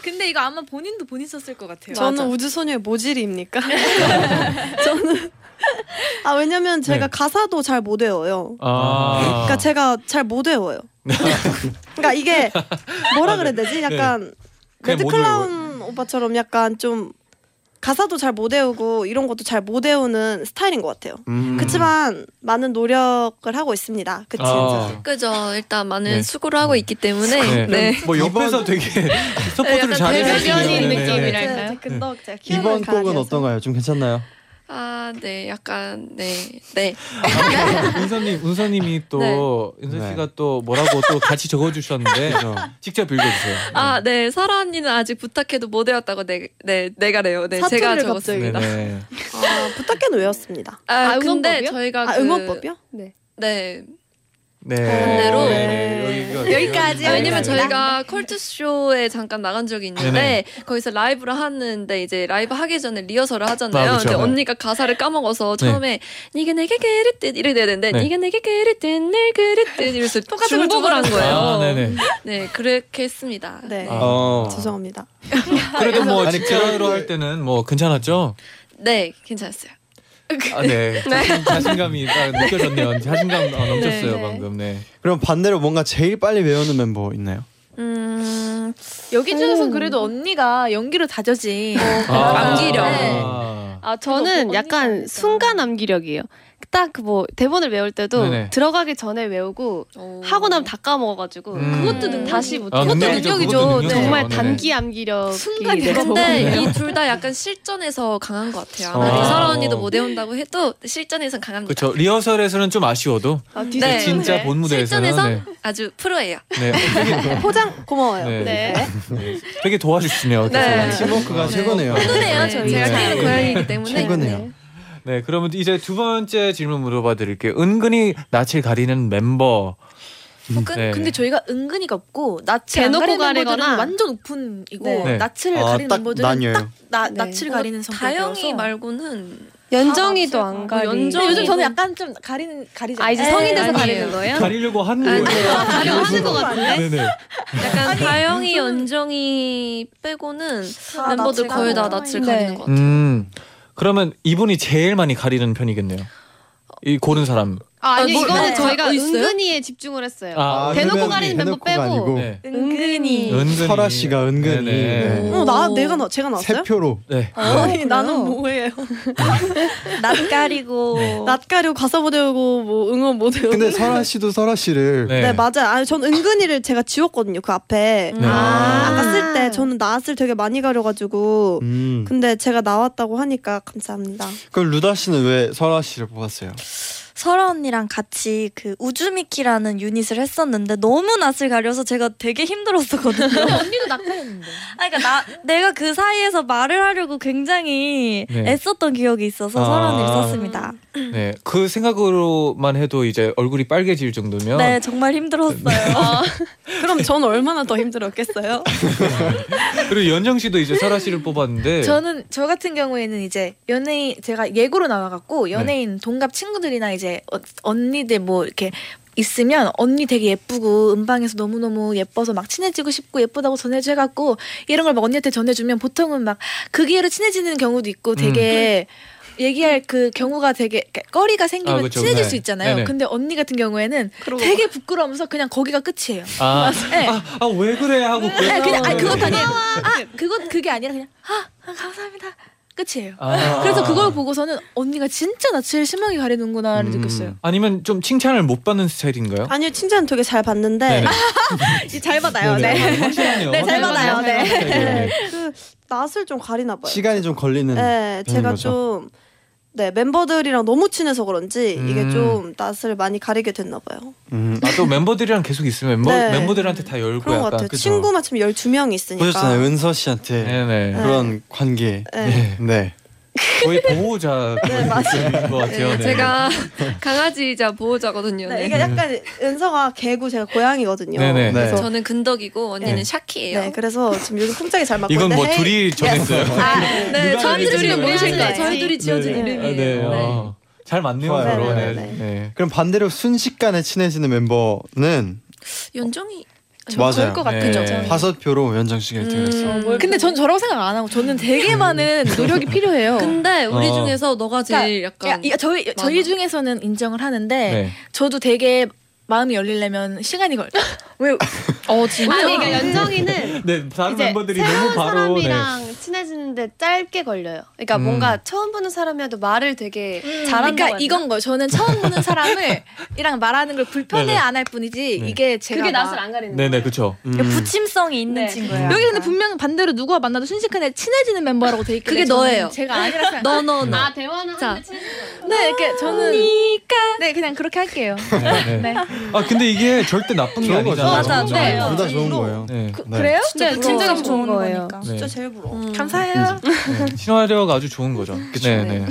[SPEAKER 7] 근데 이거 아마 본인도 본인 썼을 것 같아요.
[SPEAKER 5] 저는
[SPEAKER 3] 맞아.
[SPEAKER 5] 우주소녀의
[SPEAKER 7] [LAUGHS]
[SPEAKER 5] 모질이입니까? 저는 아 왜냐면 제가
[SPEAKER 2] 네.
[SPEAKER 5] 가사도 잘 못 외워요.
[SPEAKER 2] 아.
[SPEAKER 5] 그러니까 제가 잘 못 외워요. 그러니까 이게 뭐라 그래야 되지? 약간
[SPEAKER 2] 그냥 못
[SPEAKER 5] 레드클라운 오빠처럼 약간 좀 가사도 잘 못 외우고 이런 것도 잘 못 외우는 스타일인 것 같아요.
[SPEAKER 4] 음.
[SPEAKER 5] 그렇지만 많은 노력을 하고 있습니다. 그치?
[SPEAKER 2] 아.
[SPEAKER 5] 진짜.
[SPEAKER 3] 그죠. 일단 많은
[SPEAKER 2] 네.
[SPEAKER 3] 수고를 하고 있기 때문에
[SPEAKER 2] 네.
[SPEAKER 3] 네.
[SPEAKER 2] 뭐 옆에서
[SPEAKER 4] [LAUGHS]
[SPEAKER 2] 되게
[SPEAKER 3] 약간
[SPEAKER 2] 서포트를 잘해주시는
[SPEAKER 3] 대변인
[SPEAKER 2] 네네네.
[SPEAKER 3] 느낌이라.
[SPEAKER 5] 제가 근데 제가 키우는
[SPEAKER 4] 네. 이번 곡은
[SPEAKER 5] 강아지여서.
[SPEAKER 4] 어떤가요? 좀 괜찮나요?
[SPEAKER 3] 아, 네. 약간 네. 네.
[SPEAKER 2] 아, 운서님, 운서님이 또
[SPEAKER 4] 네.
[SPEAKER 2] 은서 씨가 또 뭐라고 또 같이 적어주셨는데 직접 읽어주세요.
[SPEAKER 3] 아, 네. 설아 언니는 아직 부탁해도 못 외웠다고 네, 네 내가래요. 네. 제가
[SPEAKER 5] 사투리를
[SPEAKER 2] 네.
[SPEAKER 3] 적었습니다.
[SPEAKER 2] 네네.
[SPEAKER 5] 아, 부탁해는 외웠습니다.
[SPEAKER 3] 아,
[SPEAKER 6] 아,
[SPEAKER 3] 근데
[SPEAKER 6] 응원법이요?
[SPEAKER 3] 저희가
[SPEAKER 5] 아,
[SPEAKER 3] 그-
[SPEAKER 5] 응원법이요?
[SPEAKER 3] 네.
[SPEAKER 2] 네.
[SPEAKER 3] 반대로.
[SPEAKER 2] 네, 여기가-
[SPEAKER 7] 여기까지.
[SPEAKER 3] 아,
[SPEAKER 2] 네.
[SPEAKER 3] 왜냐면
[SPEAKER 7] 알겠습니다.
[SPEAKER 3] 저희가 컬투 쇼에 잠깐 나간 적이 있는데
[SPEAKER 2] 네,
[SPEAKER 3] 거기서 라이브를 하는데 이제 라이브 하기 전에 리허설을 하잖아요.
[SPEAKER 2] 아, 그쵸.
[SPEAKER 3] 근데
[SPEAKER 2] 네.
[SPEAKER 3] 언니가 가사를 까먹어서 처음에 니가 내게 그랬듯 이래 돼야 되는데
[SPEAKER 2] 네.
[SPEAKER 3] 니가 내게 그랬듯 늘 그랬듯 이러면서
[SPEAKER 5] 똑같은 걸
[SPEAKER 3] 중복을 한 거예요.
[SPEAKER 2] 아, 네네.
[SPEAKER 3] 네, 그렇게 했습니다.
[SPEAKER 5] 네.
[SPEAKER 2] 아.
[SPEAKER 4] 어.
[SPEAKER 5] 죄송합니다.
[SPEAKER 2] 그래도 뭐
[SPEAKER 4] 아니,
[SPEAKER 2] 직장으로
[SPEAKER 4] 그래도-
[SPEAKER 2] 할 때는 뭐 괜찮았죠?
[SPEAKER 3] 네, 괜찮았어요.
[SPEAKER 2] 아, [LAUGHS] 네. 자신, 자신감이 딱 느껴졌네요. 자신감 아, 넘쳤어요
[SPEAKER 6] 네.
[SPEAKER 2] 방금. 네.
[SPEAKER 4] 그럼 반대로 뭔가 제일 빨리 외우는 멤버 있나요?
[SPEAKER 3] 음,
[SPEAKER 7] 여기 중에서 그래도 언니가 연기로 다져진
[SPEAKER 2] 아.
[SPEAKER 3] 암기력.
[SPEAKER 2] 아.
[SPEAKER 6] 아
[SPEAKER 7] 뭐
[SPEAKER 6] 저는
[SPEAKER 7] 언니가
[SPEAKER 6] 약간 순간 암기력이에요. 딱 뭐 대본을 외울 때도
[SPEAKER 2] 네네.
[SPEAKER 6] 들어가기 전에 외우고
[SPEAKER 3] 오.
[SPEAKER 6] 하고 나면 다 까먹어가지고
[SPEAKER 2] 음.
[SPEAKER 6] 그것도
[SPEAKER 3] 음.
[SPEAKER 6] 다시 못.
[SPEAKER 2] 아, 능력이죠. 그것도 능력이죠.
[SPEAKER 6] 정말
[SPEAKER 2] 네네.
[SPEAKER 6] 단기 암기력이
[SPEAKER 7] 순간
[SPEAKER 6] 네.
[SPEAKER 3] 근데 이 둘 다 약간 실전에서 강한 것 같아요. 아무리
[SPEAKER 2] 아.
[SPEAKER 3] 설아 언니도 못 외운다고 해도 실전에서 강합니다.
[SPEAKER 2] 그렇죠. 리허설에서는 좀 아쉬워도
[SPEAKER 3] 네.
[SPEAKER 2] 진짜 본 무대에서는
[SPEAKER 3] 실전에서
[SPEAKER 2] 네.
[SPEAKER 3] 아주 프로예요.
[SPEAKER 2] 네. 되게,
[SPEAKER 5] 포장 고마워요.
[SPEAKER 2] 네.
[SPEAKER 6] 네.
[SPEAKER 2] 네. 되게 도와주시네요.
[SPEAKER 3] 네.
[SPEAKER 2] 계속.
[SPEAKER 4] 팀워크가
[SPEAKER 2] 아,
[SPEAKER 4] 최고네요.
[SPEAKER 3] 훈훈해요.
[SPEAKER 6] 네,
[SPEAKER 3] 저희
[SPEAKER 6] 네.
[SPEAKER 3] 제가 키우는
[SPEAKER 6] 네.
[SPEAKER 3] 고양이이기 때문에.
[SPEAKER 4] 최고네요.
[SPEAKER 2] 네, 그러면 이제 두 번째 질문 물어봐 드릴게요. 은근히 낯을 가리는 멤버.
[SPEAKER 7] 어, 근-
[SPEAKER 2] 네.
[SPEAKER 7] 근데 저희가 은근히가 없고 낯을 안
[SPEAKER 6] 대놓고
[SPEAKER 7] 가리는 멤버들은
[SPEAKER 6] 가리거나.
[SPEAKER 7] 완전 오픈이고
[SPEAKER 2] 네.
[SPEAKER 7] 낯을
[SPEAKER 4] 아,
[SPEAKER 7] 가리는
[SPEAKER 4] 딱
[SPEAKER 7] 멤버들은
[SPEAKER 4] 나뉘어요.
[SPEAKER 7] 딱 나,
[SPEAKER 6] 네.
[SPEAKER 7] 낯을 가리는 성격이어서
[SPEAKER 3] 뭐 다영이 말고는
[SPEAKER 6] 연정이도 안
[SPEAKER 7] 그
[SPEAKER 6] 가리.
[SPEAKER 7] 연정
[SPEAKER 5] 네,
[SPEAKER 7] 요즘
[SPEAKER 3] 가리고.
[SPEAKER 7] 저는 약간 좀 가리는 가리죠.
[SPEAKER 6] 아 이제 성인 돼서
[SPEAKER 7] 네.
[SPEAKER 3] 아니에요.
[SPEAKER 6] 가리는 거예요?
[SPEAKER 2] 가리려고 하는
[SPEAKER 3] 아니,
[SPEAKER 2] 거예요.
[SPEAKER 6] 가려 하는 것 같은데.
[SPEAKER 2] 네네.
[SPEAKER 3] 약간 다영이, 연정이 빼고는
[SPEAKER 7] 아,
[SPEAKER 5] 아,
[SPEAKER 3] 멤버들 거의 다 낯을
[SPEAKER 6] 네.
[SPEAKER 3] 가리는 것 같아요.
[SPEAKER 2] 음, 그러면 이분이 제일 많이 가리는 편이겠네요. 이 고른 사람.
[SPEAKER 6] 아, 아니요
[SPEAKER 3] 아, 뭐,
[SPEAKER 6] 이거는
[SPEAKER 3] 네.
[SPEAKER 6] 저희가
[SPEAKER 3] 어, 있어요?
[SPEAKER 6] 은근히에 집중을 했어요.
[SPEAKER 2] 아,
[SPEAKER 6] 대놓고
[SPEAKER 4] 그러면
[SPEAKER 6] 가리는 멤버
[SPEAKER 4] 대놓고가
[SPEAKER 6] 빼고.
[SPEAKER 4] 아니고
[SPEAKER 2] 네.
[SPEAKER 6] 은근히.
[SPEAKER 2] 은근히.
[SPEAKER 4] 설아 씨가 은근히.
[SPEAKER 2] 네네.
[SPEAKER 4] 네.
[SPEAKER 5] 어, 나 내가 나 제가
[SPEAKER 4] 세
[SPEAKER 5] 나왔어요?
[SPEAKER 4] 표로.
[SPEAKER 2] 네.
[SPEAKER 5] [LAUGHS] 아니
[SPEAKER 6] 그래요?
[SPEAKER 5] 나는
[SPEAKER 7] [LAUGHS]
[SPEAKER 5] 뭐예요?
[SPEAKER 8] 낯가리고
[SPEAKER 5] 낯가리고 가사 못 외우고 뭐 응원 못 외우고.
[SPEAKER 4] 근데 설아 씨도 설아 씨를
[SPEAKER 5] 네, 맞아요. 아니 전 은근히를 제가 지웠거든요. 그 앞에
[SPEAKER 7] 음.
[SPEAKER 2] 네.
[SPEAKER 6] 아.
[SPEAKER 5] 아까 쓸 때 저는 나왔을 되게 많이 가려가지고.
[SPEAKER 4] 음.
[SPEAKER 5] 근데 제가 나왔다고 하니까 감사합니다.
[SPEAKER 4] 그럼 루다 씨는 왜 설아 씨를 뽑았어요?
[SPEAKER 8] 설아 언니랑 같이 그 우주미키라는 유닛을 했었는데 너무 낯을 가려서 제가 되게 힘들었었거든요.
[SPEAKER 7] [LAUGHS] 언니도 낯가렸는데.
[SPEAKER 8] 아, 그러니까 나 내가 그 사이에서 말을 하려고 굉장히
[SPEAKER 2] 네.
[SPEAKER 8] 애썼던 기억이 있어서
[SPEAKER 2] 아.
[SPEAKER 8] 설아 언니를 썼습니다.
[SPEAKER 2] 네. 그 생각으로만 해도 이제 얼굴이 빨개질 정도면
[SPEAKER 8] 네, 정말 힘들었어요.
[SPEAKER 5] 그럼 전 얼마나 더 힘들었겠어요?
[SPEAKER 2] 그리고 연정 씨도 이제 설아 씨를 뽑았는데
[SPEAKER 7] 저는 저 같은 경우에는 이제 연예인 제가 예고로
[SPEAKER 2] 네.
[SPEAKER 7] 나와갖고 연예인 동갑 친구들이나 이제 어- 언니들 뭐 이렇게 있으면 언니 되게 예쁘고 음방에서 너무 너무 예뻐서 막 친해지고 싶고 예쁘다고 전해줘갖고 이런 걸 막 언니한테 전해주면 보통은 막 그 기회로 친해지는 경우도
[SPEAKER 2] 음.
[SPEAKER 7] 있고 되게 얘기할 그 경우가 되게 그러니까 거리가 생기면
[SPEAKER 2] 아, 그쵸.
[SPEAKER 7] 친해질
[SPEAKER 2] 네.
[SPEAKER 7] 수 있잖아요.
[SPEAKER 2] 네네.
[SPEAKER 7] 근데 언니 같은 경우에는
[SPEAKER 5] 그러고
[SPEAKER 7] 되게 부끄러우면서 그냥 거기가 끝이에요.
[SPEAKER 2] 아,
[SPEAKER 7] 네.
[SPEAKER 2] 아, 아, 왜 그래 하고
[SPEAKER 7] 아, 그냥 아
[SPEAKER 2] 그냥
[SPEAKER 7] 그것 아니에요. 아 그것 그게 아니라 그냥 아, 아, 감사합니다. 끝이에요.
[SPEAKER 2] 아.
[SPEAKER 7] 그래서 그걸 보고서는 언니가 진짜 낯을 심하게 가리는구나를
[SPEAKER 4] 음.
[SPEAKER 7] 느꼈어요.
[SPEAKER 2] 아니면 좀 칭찬을 못 받는 스타일인가요?
[SPEAKER 5] 아니요 칭찬 되게 잘 받는데
[SPEAKER 2] 네네.
[SPEAKER 7] 잘 받아요.
[SPEAKER 2] 네. 확실하네요.
[SPEAKER 7] 네,
[SPEAKER 2] 확실하네요.
[SPEAKER 7] 잘 받아요. 네.
[SPEAKER 2] 확실하네요.
[SPEAKER 5] 그 낯을 좀 가리나 봐요.
[SPEAKER 2] 음.
[SPEAKER 4] 시간이 좀 걸리는.
[SPEAKER 5] 네, 제가
[SPEAKER 4] 거죠.
[SPEAKER 5] 좀 네 멤버들이랑 너무 친해서 그런지 이게
[SPEAKER 2] 음.
[SPEAKER 5] 좀 낯을 많이 가리게 됐나 봐요.
[SPEAKER 4] 음,
[SPEAKER 2] 아, 또 멤버들이랑 계속 있으면 멤버,
[SPEAKER 5] 네.
[SPEAKER 2] 멤버들한테 다 열고
[SPEAKER 5] 그런 것
[SPEAKER 2] 약간
[SPEAKER 5] 같아요.
[SPEAKER 2] 그죠?
[SPEAKER 5] 친구 마침 12명 있으니까.
[SPEAKER 4] 보셨잖아요 은서 씨한테
[SPEAKER 2] 네네.
[SPEAKER 4] 그런 관계.
[SPEAKER 5] 네.
[SPEAKER 4] 네.
[SPEAKER 2] 거의 보호자 그런 느낌인 것 같아요. 네.
[SPEAKER 3] 제가 [LAUGHS] 강아지이자 보호자거든요.
[SPEAKER 5] 네,
[SPEAKER 3] 네.
[SPEAKER 5] 이게 약간 은서가 개고 제가 고양이거든요.
[SPEAKER 2] 네네.
[SPEAKER 4] 네.
[SPEAKER 5] 그래서
[SPEAKER 3] 저는 근덕이고 언니는
[SPEAKER 2] 네.
[SPEAKER 3] 샤키예요.
[SPEAKER 5] 네, 그래서 지금 요즘 풍짝이 잘 맞고
[SPEAKER 2] 이건 뭐
[SPEAKER 5] 있는데
[SPEAKER 2] 둘이 정했어요. [LAUGHS]
[SPEAKER 5] 아,
[SPEAKER 3] 네, 저희
[SPEAKER 2] 누가
[SPEAKER 3] 둘이
[SPEAKER 2] 지은
[SPEAKER 3] 모르실 거예요.
[SPEAKER 6] 거예요?
[SPEAKER 3] 저희 둘이 지어준
[SPEAKER 2] 네.
[SPEAKER 3] 이름이에요.
[SPEAKER 2] 아, 네.
[SPEAKER 3] 네.
[SPEAKER 2] 어, 잘 맞네요.
[SPEAKER 4] 좋아요.
[SPEAKER 2] 서로. 네.
[SPEAKER 5] 네, 네,
[SPEAKER 2] 네.
[SPEAKER 4] 그럼 반대로 순식간에 친해지는 멤버는
[SPEAKER 3] 연정이
[SPEAKER 4] 맞아요.
[SPEAKER 7] 것
[SPEAKER 2] 네.
[SPEAKER 7] 같죠. 음.
[SPEAKER 4] 다섯 표로 연정 씨가 1등을 했어.
[SPEAKER 7] 근데 전 저라고 생각 안 하고 저는 되게 많은 노력이 필요해요. 그러니까
[SPEAKER 3] 근데 우리
[SPEAKER 2] 어.
[SPEAKER 3] 중에서 너가
[SPEAKER 6] 그러니까
[SPEAKER 3] 제일
[SPEAKER 7] 야,
[SPEAKER 3] 약간
[SPEAKER 7] 이- 저희 저희
[SPEAKER 3] 많아.
[SPEAKER 7] 중에서는 인정을 하는데
[SPEAKER 2] 네.
[SPEAKER 7] 저도 되게 마음이 열리려면 시간이 걸. [LAUGHS] 왜
[SPEAKER 3] 어 진짜
[SPEAKER 6] 아니 그러니까 연정이는
[SPEAKER 2] 네, 다른
[SPEAKER 6] 이제
[SPEAKER 2] 멤버들이
[SPEAKER 6] 새로운
[SPEAKER 2] 너무 [LAUGHS] 바로 네.
[SPEAKER 6] 사람이랑 친해지는데 짧게 걸려요. 그러니까
[SPEAKER 2] 음.
[SPEAKER 6] 뭔가 처음 보는 사람이라도 말을 되게
[SPEAKER 3] 음.
[SPEAKER 6] 잘한다고
[SPEAKER 7] 그러니까
[SPEAKER 6] 하나?
[SPEAKER 7] 이건 거예요. 저는 처음 보는 사람을 [LAUGHS] 이랑 말하는 걸 불편해
[SPEAKER 2] 네네.
[SPEAKER 7] 안 할 뿐이지
[SPEAKER 2] 네.
[SPEAKER 7] 이게 제가
[SPEAKER 6] 그게
[SPEAKER 7] 막-
[SPEAKER 6] 낯을 안 가리는
[SPEAKER 2] 네, [LAUGHS] 네, 그렇죠.
[SPEAKER 4] 음.
[SPEAKER 8] 부침성이 있는
[SPEAKER 6] 아, 네.
[SPEAKER 8] 친구야.
[SPEAKER 7] 여기 근데 분명 반대로 누구와 만나도 순식간에 친해지는 멤버라고 돼 있고
[SPEAKER 3] 그게 너예요.
[SPEAKER 7] 제가 아니라 생각.
[SPEAKER 3] 너 너 너.
[SPEAKER 6] 거예요. 아 대화는
[SPEAKER 3] 자.
[SPEAKER 6] 하는데 친해지는 거예요.
[SPEAKER 7] 네, 이렇게 저는 네 그냥
[SPEAKER 2] [LAUGHS]
[SPEAKER 7] 그렇게 할게요.
[SPEAKER 2] 네, 네.
[SPEAKER 7] 네.
[SPEAKER 2] 아, 근데 이게 절대 나쁜 게
[SPEAKER 4] 좋은 거죠.
[SPEAKER 2] 아니잖아요. 그렇죠?
[SPEAKER 4] 둘
[SPEAKER 8] 맞아,
[SPEAKER 7] 네.
[SPEAKER 8] 좋아요.
[SPEAKER 4] 다 좋은 거예요.
[SPEAKER 2] 네.
[SPEAKER 7] 그,
[SPEAKER 4] 네.
[SPEAKER 7] 그래요?
[SPEAKER 6] 진짜
[SPEAKER 7] 네,
[SPEAKER 6] 부러워요.
[SPEAKER 7] 친절감 좋은 음.
[SPEAKER 6] 좋은 거예요.
[SPEAKER 7] 거니까.
[SPEAKER 2] 네.
[SPEAKER 5] 아, 진짜 제일 부러워.
[SPEAKER 7] 감사해요.
[SPEAKER 2] 네. 친화력 아주 좋은 거죠.
[SPEAKER 4] 그쵸.
[SPEAKER 2] 네, 네.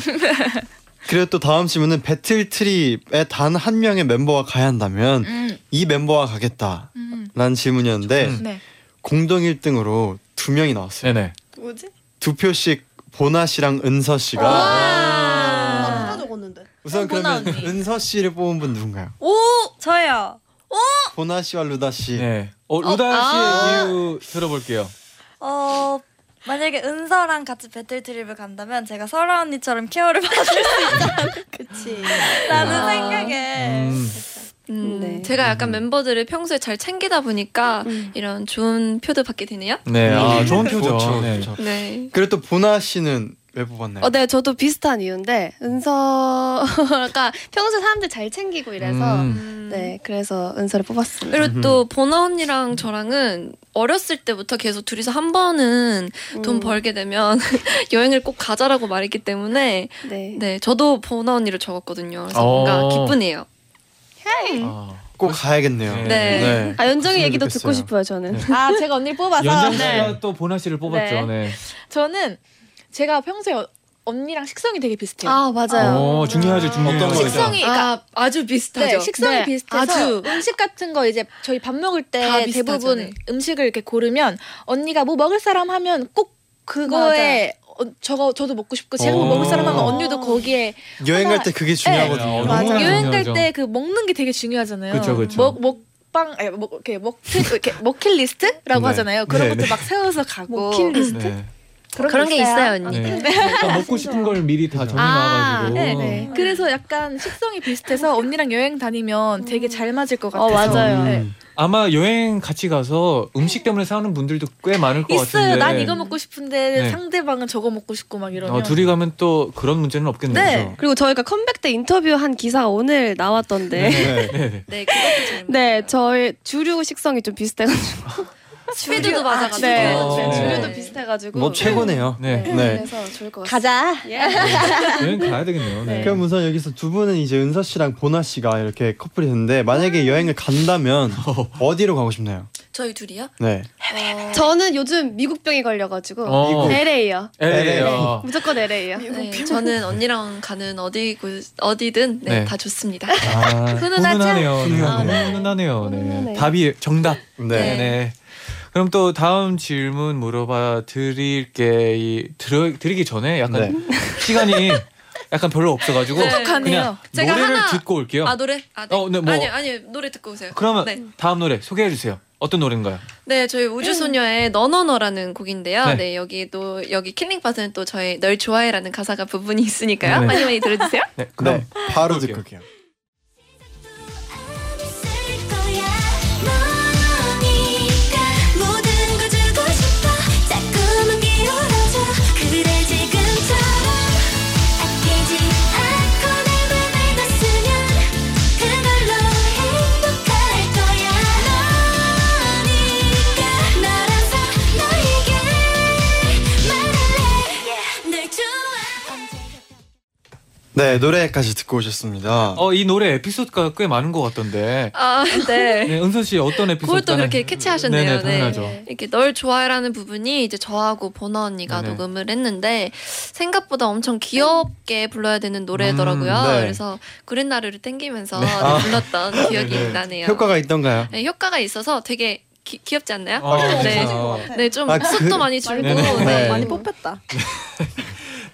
[SPEAKER 4] 그리고 또 다음 질문은 배틀 트립에 단 한 명의 멤버와 가야 한다면
[SPEAKER 7] 음,
[SPEAKER 4] 이 멤버와 가겠다라는
[SPEAKER 7] 음.
[SPEAKER 4] 질문이었는데
[SPEAKER 2] 음.
[SPEAKER 7] 네.
[SPEAKER 4] 공동 1등으로 두 명이 나왔어요.
[SPEAKER 2] 네, 네.
[SPEAKER 5] 뭐지?
[SPEAKER 4] 두 표씩 보나 씨랑 은서 씨가
[SPEAKER 5] 아,
[SPEAKER 7] 아.
[SPEAKER 5] 하나 적었는데.
[SPEAKER 4] 우선
[SPEAKER 7] 보나
[SPEAKER 4] 그러면
[SPEAKER 7] 언니.
[SPEAKER 4] 은서 씨를 뽑은 분 누군가요?
[SPEAKER 8] 오 저예요.
[SPEAKER 4] 보나 씨와 루다 씨.
[SPEAKER 2] 네. 어, 루다 씨의 이유 들어볼게요.
[SPEAKER 8] 어 만약에 은서랑 같이 배틀 드립을 간다면 제가 설아 언니처럼 케어를 [LAUGHS] 받을
[SPEAKER 5] 그치.
[SPEAKER 8] 라는
[SPEAKER 3] 아.
[SPEAKER 8] 생각에
[SPEAKER 2] 음.
[SPEAKER 3] 음,
[SPEAKER 6] 네.
[SPEAKER 3] 제가 약간 멤버들을 평소에 잘 챙기다 보니까
[SPEAKER 6] 음.
[SPEAKER 3] 이런 좋은 표도 받게 되네요.
[SPEAKER 2] 네, 아,
[SPEAKER 4] 음.
[SPEAKER 2] 좋은 표죠.
[SPEAKER 4] 좋죠,
[SPEAKER 2] 네.
[SPEAKER 4] 좋죠.
[SPEAKER 3] 네.
[SPEAKER 4] 그리고 또 보나 씨는 왜 뽑았나요?
[SPEAKER 6] 어, 네, 저도 비슷한 이유인데 은서가 평소 사람들 잘 챙기고 이래서
[SPEAKER 2] 음.
[SPEAKER 6] 네, 그래서 은서를 뽑았습니다.
[SPEAKER 3] 그리고 또 보나 언니랑 저랑은 어렸을 때부터 계속 둘이서 한 번은 돈
[SPEAKER 6] 음,
[SPEAKER 3] 벌게 되면 [LAUGHS] 여행을 꼭 가자라고 말했기 때문에
[SPEAKER 6] 네.
[SPEAKER 3] 네 저도 보나 언니를 적었거든요. 그래서
[SPEAKER 2] 어.
[SPEAKER 3] 뭔가 기쁘네요.
[SPEAKER 2] 아.
[SPEAKER 4] 꼭 가야겠네요.
[SPEAKER 2] 네.
[SPEAKER 3] 네.
[SPEAKER 6] 아 연정이
[SPEAKER 4] 했으면
[SPEAKER 6] 얘기도 듣고
[SPEAKER 4] 좋겠어요.
[SPEAKER 6] 싶어요, 저는.
[SPEAKER 2] 네.
[SPEAKER 7] 아 제가 언니 뽑아서
[SPEAKER 2] 연정 씨가 또 보나 씨를 뽑았죠. 네.
[SPEAKER 7] 저는 제가 평소에 어- 언니랑 식성이 되게 비슷해요.
[SPEAKER 6] 아, 맞아요.
[SPEAKER 2] 어, 중요하죠, 중요해요.
[SPEAKER 4] 어떤 거죠?
[SPEAKER 7] 식성이 그러니까
[SPEAKER 3] 아 아주 비슷하죠.
[SPEAKER 7] 네, 식성이
[SPEAKER 6] 네,
[SPEAKER 7] 비슷해서
[SPEAKER 6] 아주.
[SPEAKER 7] 음식 같은 거 이제 저희 밥 먹을
[SPEAKER 3] 다
[SPEAKER 7] 때
[SPEAKER 3] 비슷하죠,
[SPEAKER 7] 대부분
[SPEAKER 3] 네.
[SPEAKER 7] 음식을 이렇게 고르면 언니가 뭐 먹을 사람 하면 꼭 그거에 어, 저거 저도 먹고 싶고 제가 뭐
[SPEAKER 2] 오.
[SPEAKER 7] 먹을 사람 하면 언니도 거기에
[SPEAKER 4] 여행 갈
[SPEAKER 7] 하나-
[SPEAKER 4] 때 그게 중요하거든요.
[SPEAKER 2] 네.
[SPEAKER 7] 맞아
[SPEAKER 2] 너무나
[SPEAKER 7] 여행 갈
[SPEAKER 2] 중요하죠.
[SPEAKER 7] 때 그 먹는 게 되게 중요하잖아요.
[SPEAKER 2] 그쵸, 그쵸.
[SPEAKER 7] 먹 먹방 아니, 먹 이렇게 먹트 이렇게 먹힐 리스트라고
[SPEAKER 2] 네.
[SPEAKER 7] 하잖아요. 그런
[SPEAKER 2] 네,
[SPEAKER 7] 것도
[SPEAKER 2] 네.
[SPEAKER 7] 막 세워서 가고
[SPEAKER 6] 먹힐 리스트?
[SPEAKER 2] 네.
[SPEAKER 3] 그런 게 있어요,
[SPEAKER 7] 아,
[SPEAKER 3] 언니.
[SPEAKER 2] 네. 그러니까 먹고 싶은 걸 미리 다 정해
[SPEAKER 3] 아,
[SPEAKER 2] 놔가지고.
[SPEAKER 7] 네, 네.
[SPEAKER 6] 어.
[SPEAKER 7] 그래서 약간 식성이 비슷해서 언니랑 여행 다니면 되게 잘 맞을 것 같아서.
[SPEAKER 6] 어, 맞아요.
[SPEAKER 2] 음.
[SPEAKER 7] 네.
[SPEAKER 4] 음.
[SPEAKER 2] 아마 여행 같이 가서 음식 때문에 싸우는 분들도 꽤 많을 것 같은데.
[SPEAKER 7] 있어요. 난 이거 먹고 싶은데
[SPEAKER 2] 네.
[SPEAKER 7] 상대방은 저거 먹고 싶고 막 이러면.
[SPEAKER 2] 어, 둘이 가면 또 그런 문제는 없겠네요.
[SPEAKER 7] 네.
[SPEAKER 2] 그죠?
[SPEAKER 6] 그리고 저희가 컴백 때 인터뷰한 기사가 오늘 나왔던데. 네.
[SPEAKER 4] 네.
[SPEAKER 2] 네, 네.
[SPEAKER 3] 네 그것도 재밌어요.
[SPEAKER 6] 저희 주류 식성이 좀 비슷해가지고.
[SPEAKER 3] 스피드도 맞아가지고.
[SPEAKER 6] 네, [LAUGHS]
[SPEAKER 2] 어.
[SPEAKER 6] 네, 주류도
[SPEAKER 3] 네.
[SPEAKER 6] 비슷해가지고.
[SPEAKER 4] 뭐 최고네요.
[SPEAKER 2] 네.
[SPEAKER 6] 네,
[SPEAKER 4] 네.
[SPEAKER 6] 그래서 좋을 것 같아요.
[SPEAKER 7] 가자.
[SPEAKER 2] 여행 가야 되겠네요. 네.
[SPEAKER 4] 그럼 우선 여기서 두 분은 이제 은서 씨랑 보나 씨가 이렇게 커플이 됐는데 만약에 여행을 간다면 어디로 가고 싶나요?
[SPEAKER 3] 저희 둘이요?
[SPEAKER 4] 네.
[SPEAKER 3] 어,
[SPEAKER 6] 저는 요즘 미국병이 걸려가지고
[SPEAKER 2] 어.
[SPEAKER 6] LA요.
[SPEAKER 2] LA요.
[SPEAKER 6] 무조건 LA요.
[SPEAKER 3] 네, 저는 언니랑 가는 어디 곳 어디든 네,
[SPEAKER 2] 네.
[SPEAKER 3] 다 좋습니다.
[SPEAKER 2] 아,
[SPEAKER 7] 훈훈하죠?
[SPEAKER 2] 훈훈하네요. 네.
[SPEAKER 4] 훈훈하네요.
[SPEAKER 2] 아, 훈훈하네요. 네.
[SPEAKER 6] 훈훈하네요.
[SPEAKER 2] 답이 정답.
[SPEAKER 4] 네.
[SPEAKER 2] 네. 네. 그럼 또 다음 질문 물어봐 드릴게 이, 드려, 드리기 전에 약간
[SPEAKER 4] 네.
[SPEAKER 2] 시간이 약간 별로 없어가지고
[SPEAKER 3] 네.
[SPEAKER 2] 그냥
[SPEAKER 7] 하네요.
[SPEAKER 3] 제가
[SPEAKER 2] 노래를
[SPEAKER 3] 하나-
[SPEAKER 2] 듣고 올게요.
[SPEAKER 3] 아 노래? 아,
[SPEAKER 2] 어, 네, 뭐-
[SPEAKER 3] 아니 아니 노래 듣고 오세요.
[SPEAKER 2] 그러면
[SPEAKER 3] 네,
[SPEAKER 2] 다음 노래 소개해 주세요. 어떤 노래인가요?
[SPEAKER 3] 네 저희 우주소녀의 너너너라는 곡인데요.
[SPEAKER 2] 네.
[SPEAKER 3] 네, 여기도 여기 킬링 파트는 또 저희 널 좋아해라는 가사가 부분이 있으니까요.
[SPEAKER 2] 네.
[SPEAKER 3] 많이 많이 들어주세요.
[SPEAKER 2] 네, 그럼
[SPEAKER 4] 네. 바로
[SPEAKER 2] 볼게요.
[SPEAKER 4] 듣고 올게요.
[SPEAKER 1] 있을 거야 너니까 모든 걸 주고 싶어 자꾸만 기울어져 그래 지금처럼 아끼지 않고 내 맘을 다 쓰면 그걸로 행복할 거야 너니까 나라서 너에게 말할래 널 좋아
[SPEAKER 4] 네 노래까지 듣고 오셨습니다.
[SPEAKER 2] 어 이 노래 에피소드가 꽤 많은 것 같던데.
[SPEAKER 3] [LAUGHS] 아, 네.
[SPEAKER 2] 네, 은선 씨 어떤
[SPEAKER 3] 그걸
[SPEAKER 2] 에피소드?
[SPEAKER 3] 또 그렇게 캐치하셨네요.
[SPEAKER 2] 네네
[SPEAKER 3] 네.
[SPEAKER 2] 당연하죠.
[SPEAKER 3] 이렇게 널 좋아해라는 부분이 이제 저하고 보나 언니가
[SPEAKER 2] 네네.
[SPEAKER 3] 녹음을 했는데 생각보다 엄청 귀엽게 불러야 되는 노래더라고요.
[SPEAKER 4] 음, 네.
[SPEAKER 3] 그래서 구렛나루를 땡기면서
[SPEAKER 4] 네. 아.
[SPEAKER 3] 불렀던 기억이
[SPEAKER 2] 네네.
[SPEAKER 3] 나네요.
[SPEAKER 4] 효과가 있던가요?
[SPEAKER 3] 네, 효과가 있어서 되게 기, 귀엽지 않나요?
[SPEAKER 2] 어,
[SPEAKER 3] 네.
[SPEAKER 2] 그래서-
[SPEAKER 3] 네, 좀
[SPEAKER 4] 아, 그-
[SPEAKER 3] 숱도 많이 줄고
[SPEAKER 2] 네네.
[SPEAKER 3] 네.
[SPEAKER 2] 네.
[SPEAKER 7] 많이 뽑혔다.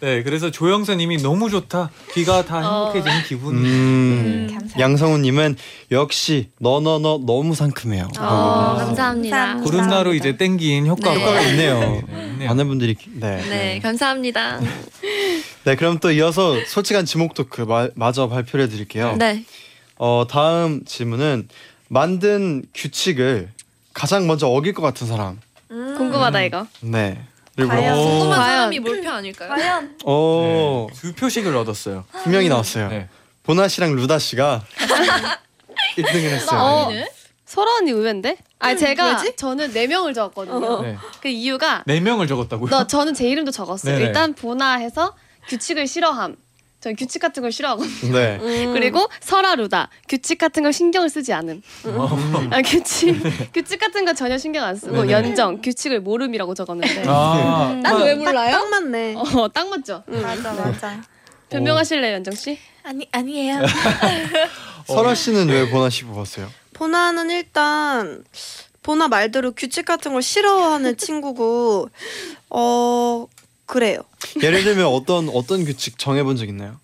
[SPEAKER 2] 네, 그래서 조영선님이 너무 좋다. 귀가 다
[SPEAKER 3] 어.
[SPEAKER 2] 행복해지는 기분.
[SPEAKER 4] 음.
[SPEAKER 7] 감사합니다.
[SPEAKER 4] 양성우님은 역시 너너너 너무 상큼해요.
[SPEAKER 3] 어,
[SPEAKER 2] 아.
[SPEAKER 3] 감사합니다.
[SPEAKER 8] 감사합니다.
[SPEAKER 2] 구른 나루 이제 땡긴 효과가
[SPEAKER 3] 네. 효과가
[SPEAKER 4] 있네요.
[SPEAKER 2] 네, 있네요.
[SPEAKER 4] 많은 분들이 네.
[SPEAKER 3] 네, 감사합니다.
[SPEAKER 4] 네 그럼 또 이어서 솔직한 지목 토크 마, 마저 발표해 드릴게요.
[SPEAKER 3] 네.
[SPEAKER 4] 어 다음 질문은 만든 규칙을 가장 먼저 어길 것 같은 사람.
[SPEAKER 3] 음.
[SPEAKER 6] 궁금하다 이거.
[SPEAKER 4] 네. 그리고
[SPEAKER 7] 과연?
[SPEAKER 4] 어,
[SPEAKER 3] 궁금한
[SPEAKER 6] 과연.
[SPEAKER 3] 사람이 몰표 아닐까요?
[SPEAKER 8] 과연
[SPEAKER 4] 어
[SPEAKER 2] 네, 두 표씩을 얻었어요.
[SPEAKER 4] 분명히 나왔어요.
[SPEAKER 2] 네.
[SPEAKER 4] 보나 씨랑 루다 씨가 1등을 했어요.
[SPEAKER 6] 어,
[SPEAKER 2] 네.
[SPEAKER 6] 설아언니 의외인데? 아 제가
[SPEAKER 7] 왜지?
[SPEAKER 6] 저는 네 명을 적었거든요.
[SPEAKER 2] 네.
[SPEAKER 6] 그 이유가
[SPEAKER 2] 네 명을 적었다고요?
[SPEAKER 6] 너 저는 제 이름도 적었어요.
[SPEAKER 2] 네네. [LAUGHS]
[SPEAKER 6] 일단 보나 해서 규칙을 싫어함. 저는 규칙 같은 걸 싫어하고
[SPEAKER 4] 네.
[SPEAKER 3] 음.
[SPEAKER 6] 그리고 설아루다 규칙 같은 걸 신경을 쓰지 않음. 아
[SPEAKER 2] [LAUGHS]
[SPEAKER 6] 규칙 규칙 같은 거 전혀 신경 안 쓰고
[SPEAKER 2] 어. 네. 네네.
[SPEAKER 6] 연정 규칙을 모름이라고 적었는데
[SPEAKER 2] 아,
[SPEAKER 7] 난왜 몰라요? 딱 맞네.
[SPEAKER 6] 어, 딱 맞죠?
[SPEAKER 8] 맞아 맞아
[SPEAKER 6] 변명하실래요 연정 씨?
[SPEAKER 8] 아니 아니에요
[SPEAKER 3] 어.
[SPEAKER 4] 설아 씨는 왜 보나 씨 뽑았어요?
[SPEAKER 5] 보나는 일단 보나 말대로 규칙 같은
[SPEAKER 3] [LAUGHS]
[SPEAKER 5] 걸 싫어하는 친구고 어 그래요.
[SPEAKER 4] 예를 들면 어떤 어떤 규칙 정해본 적 있나요?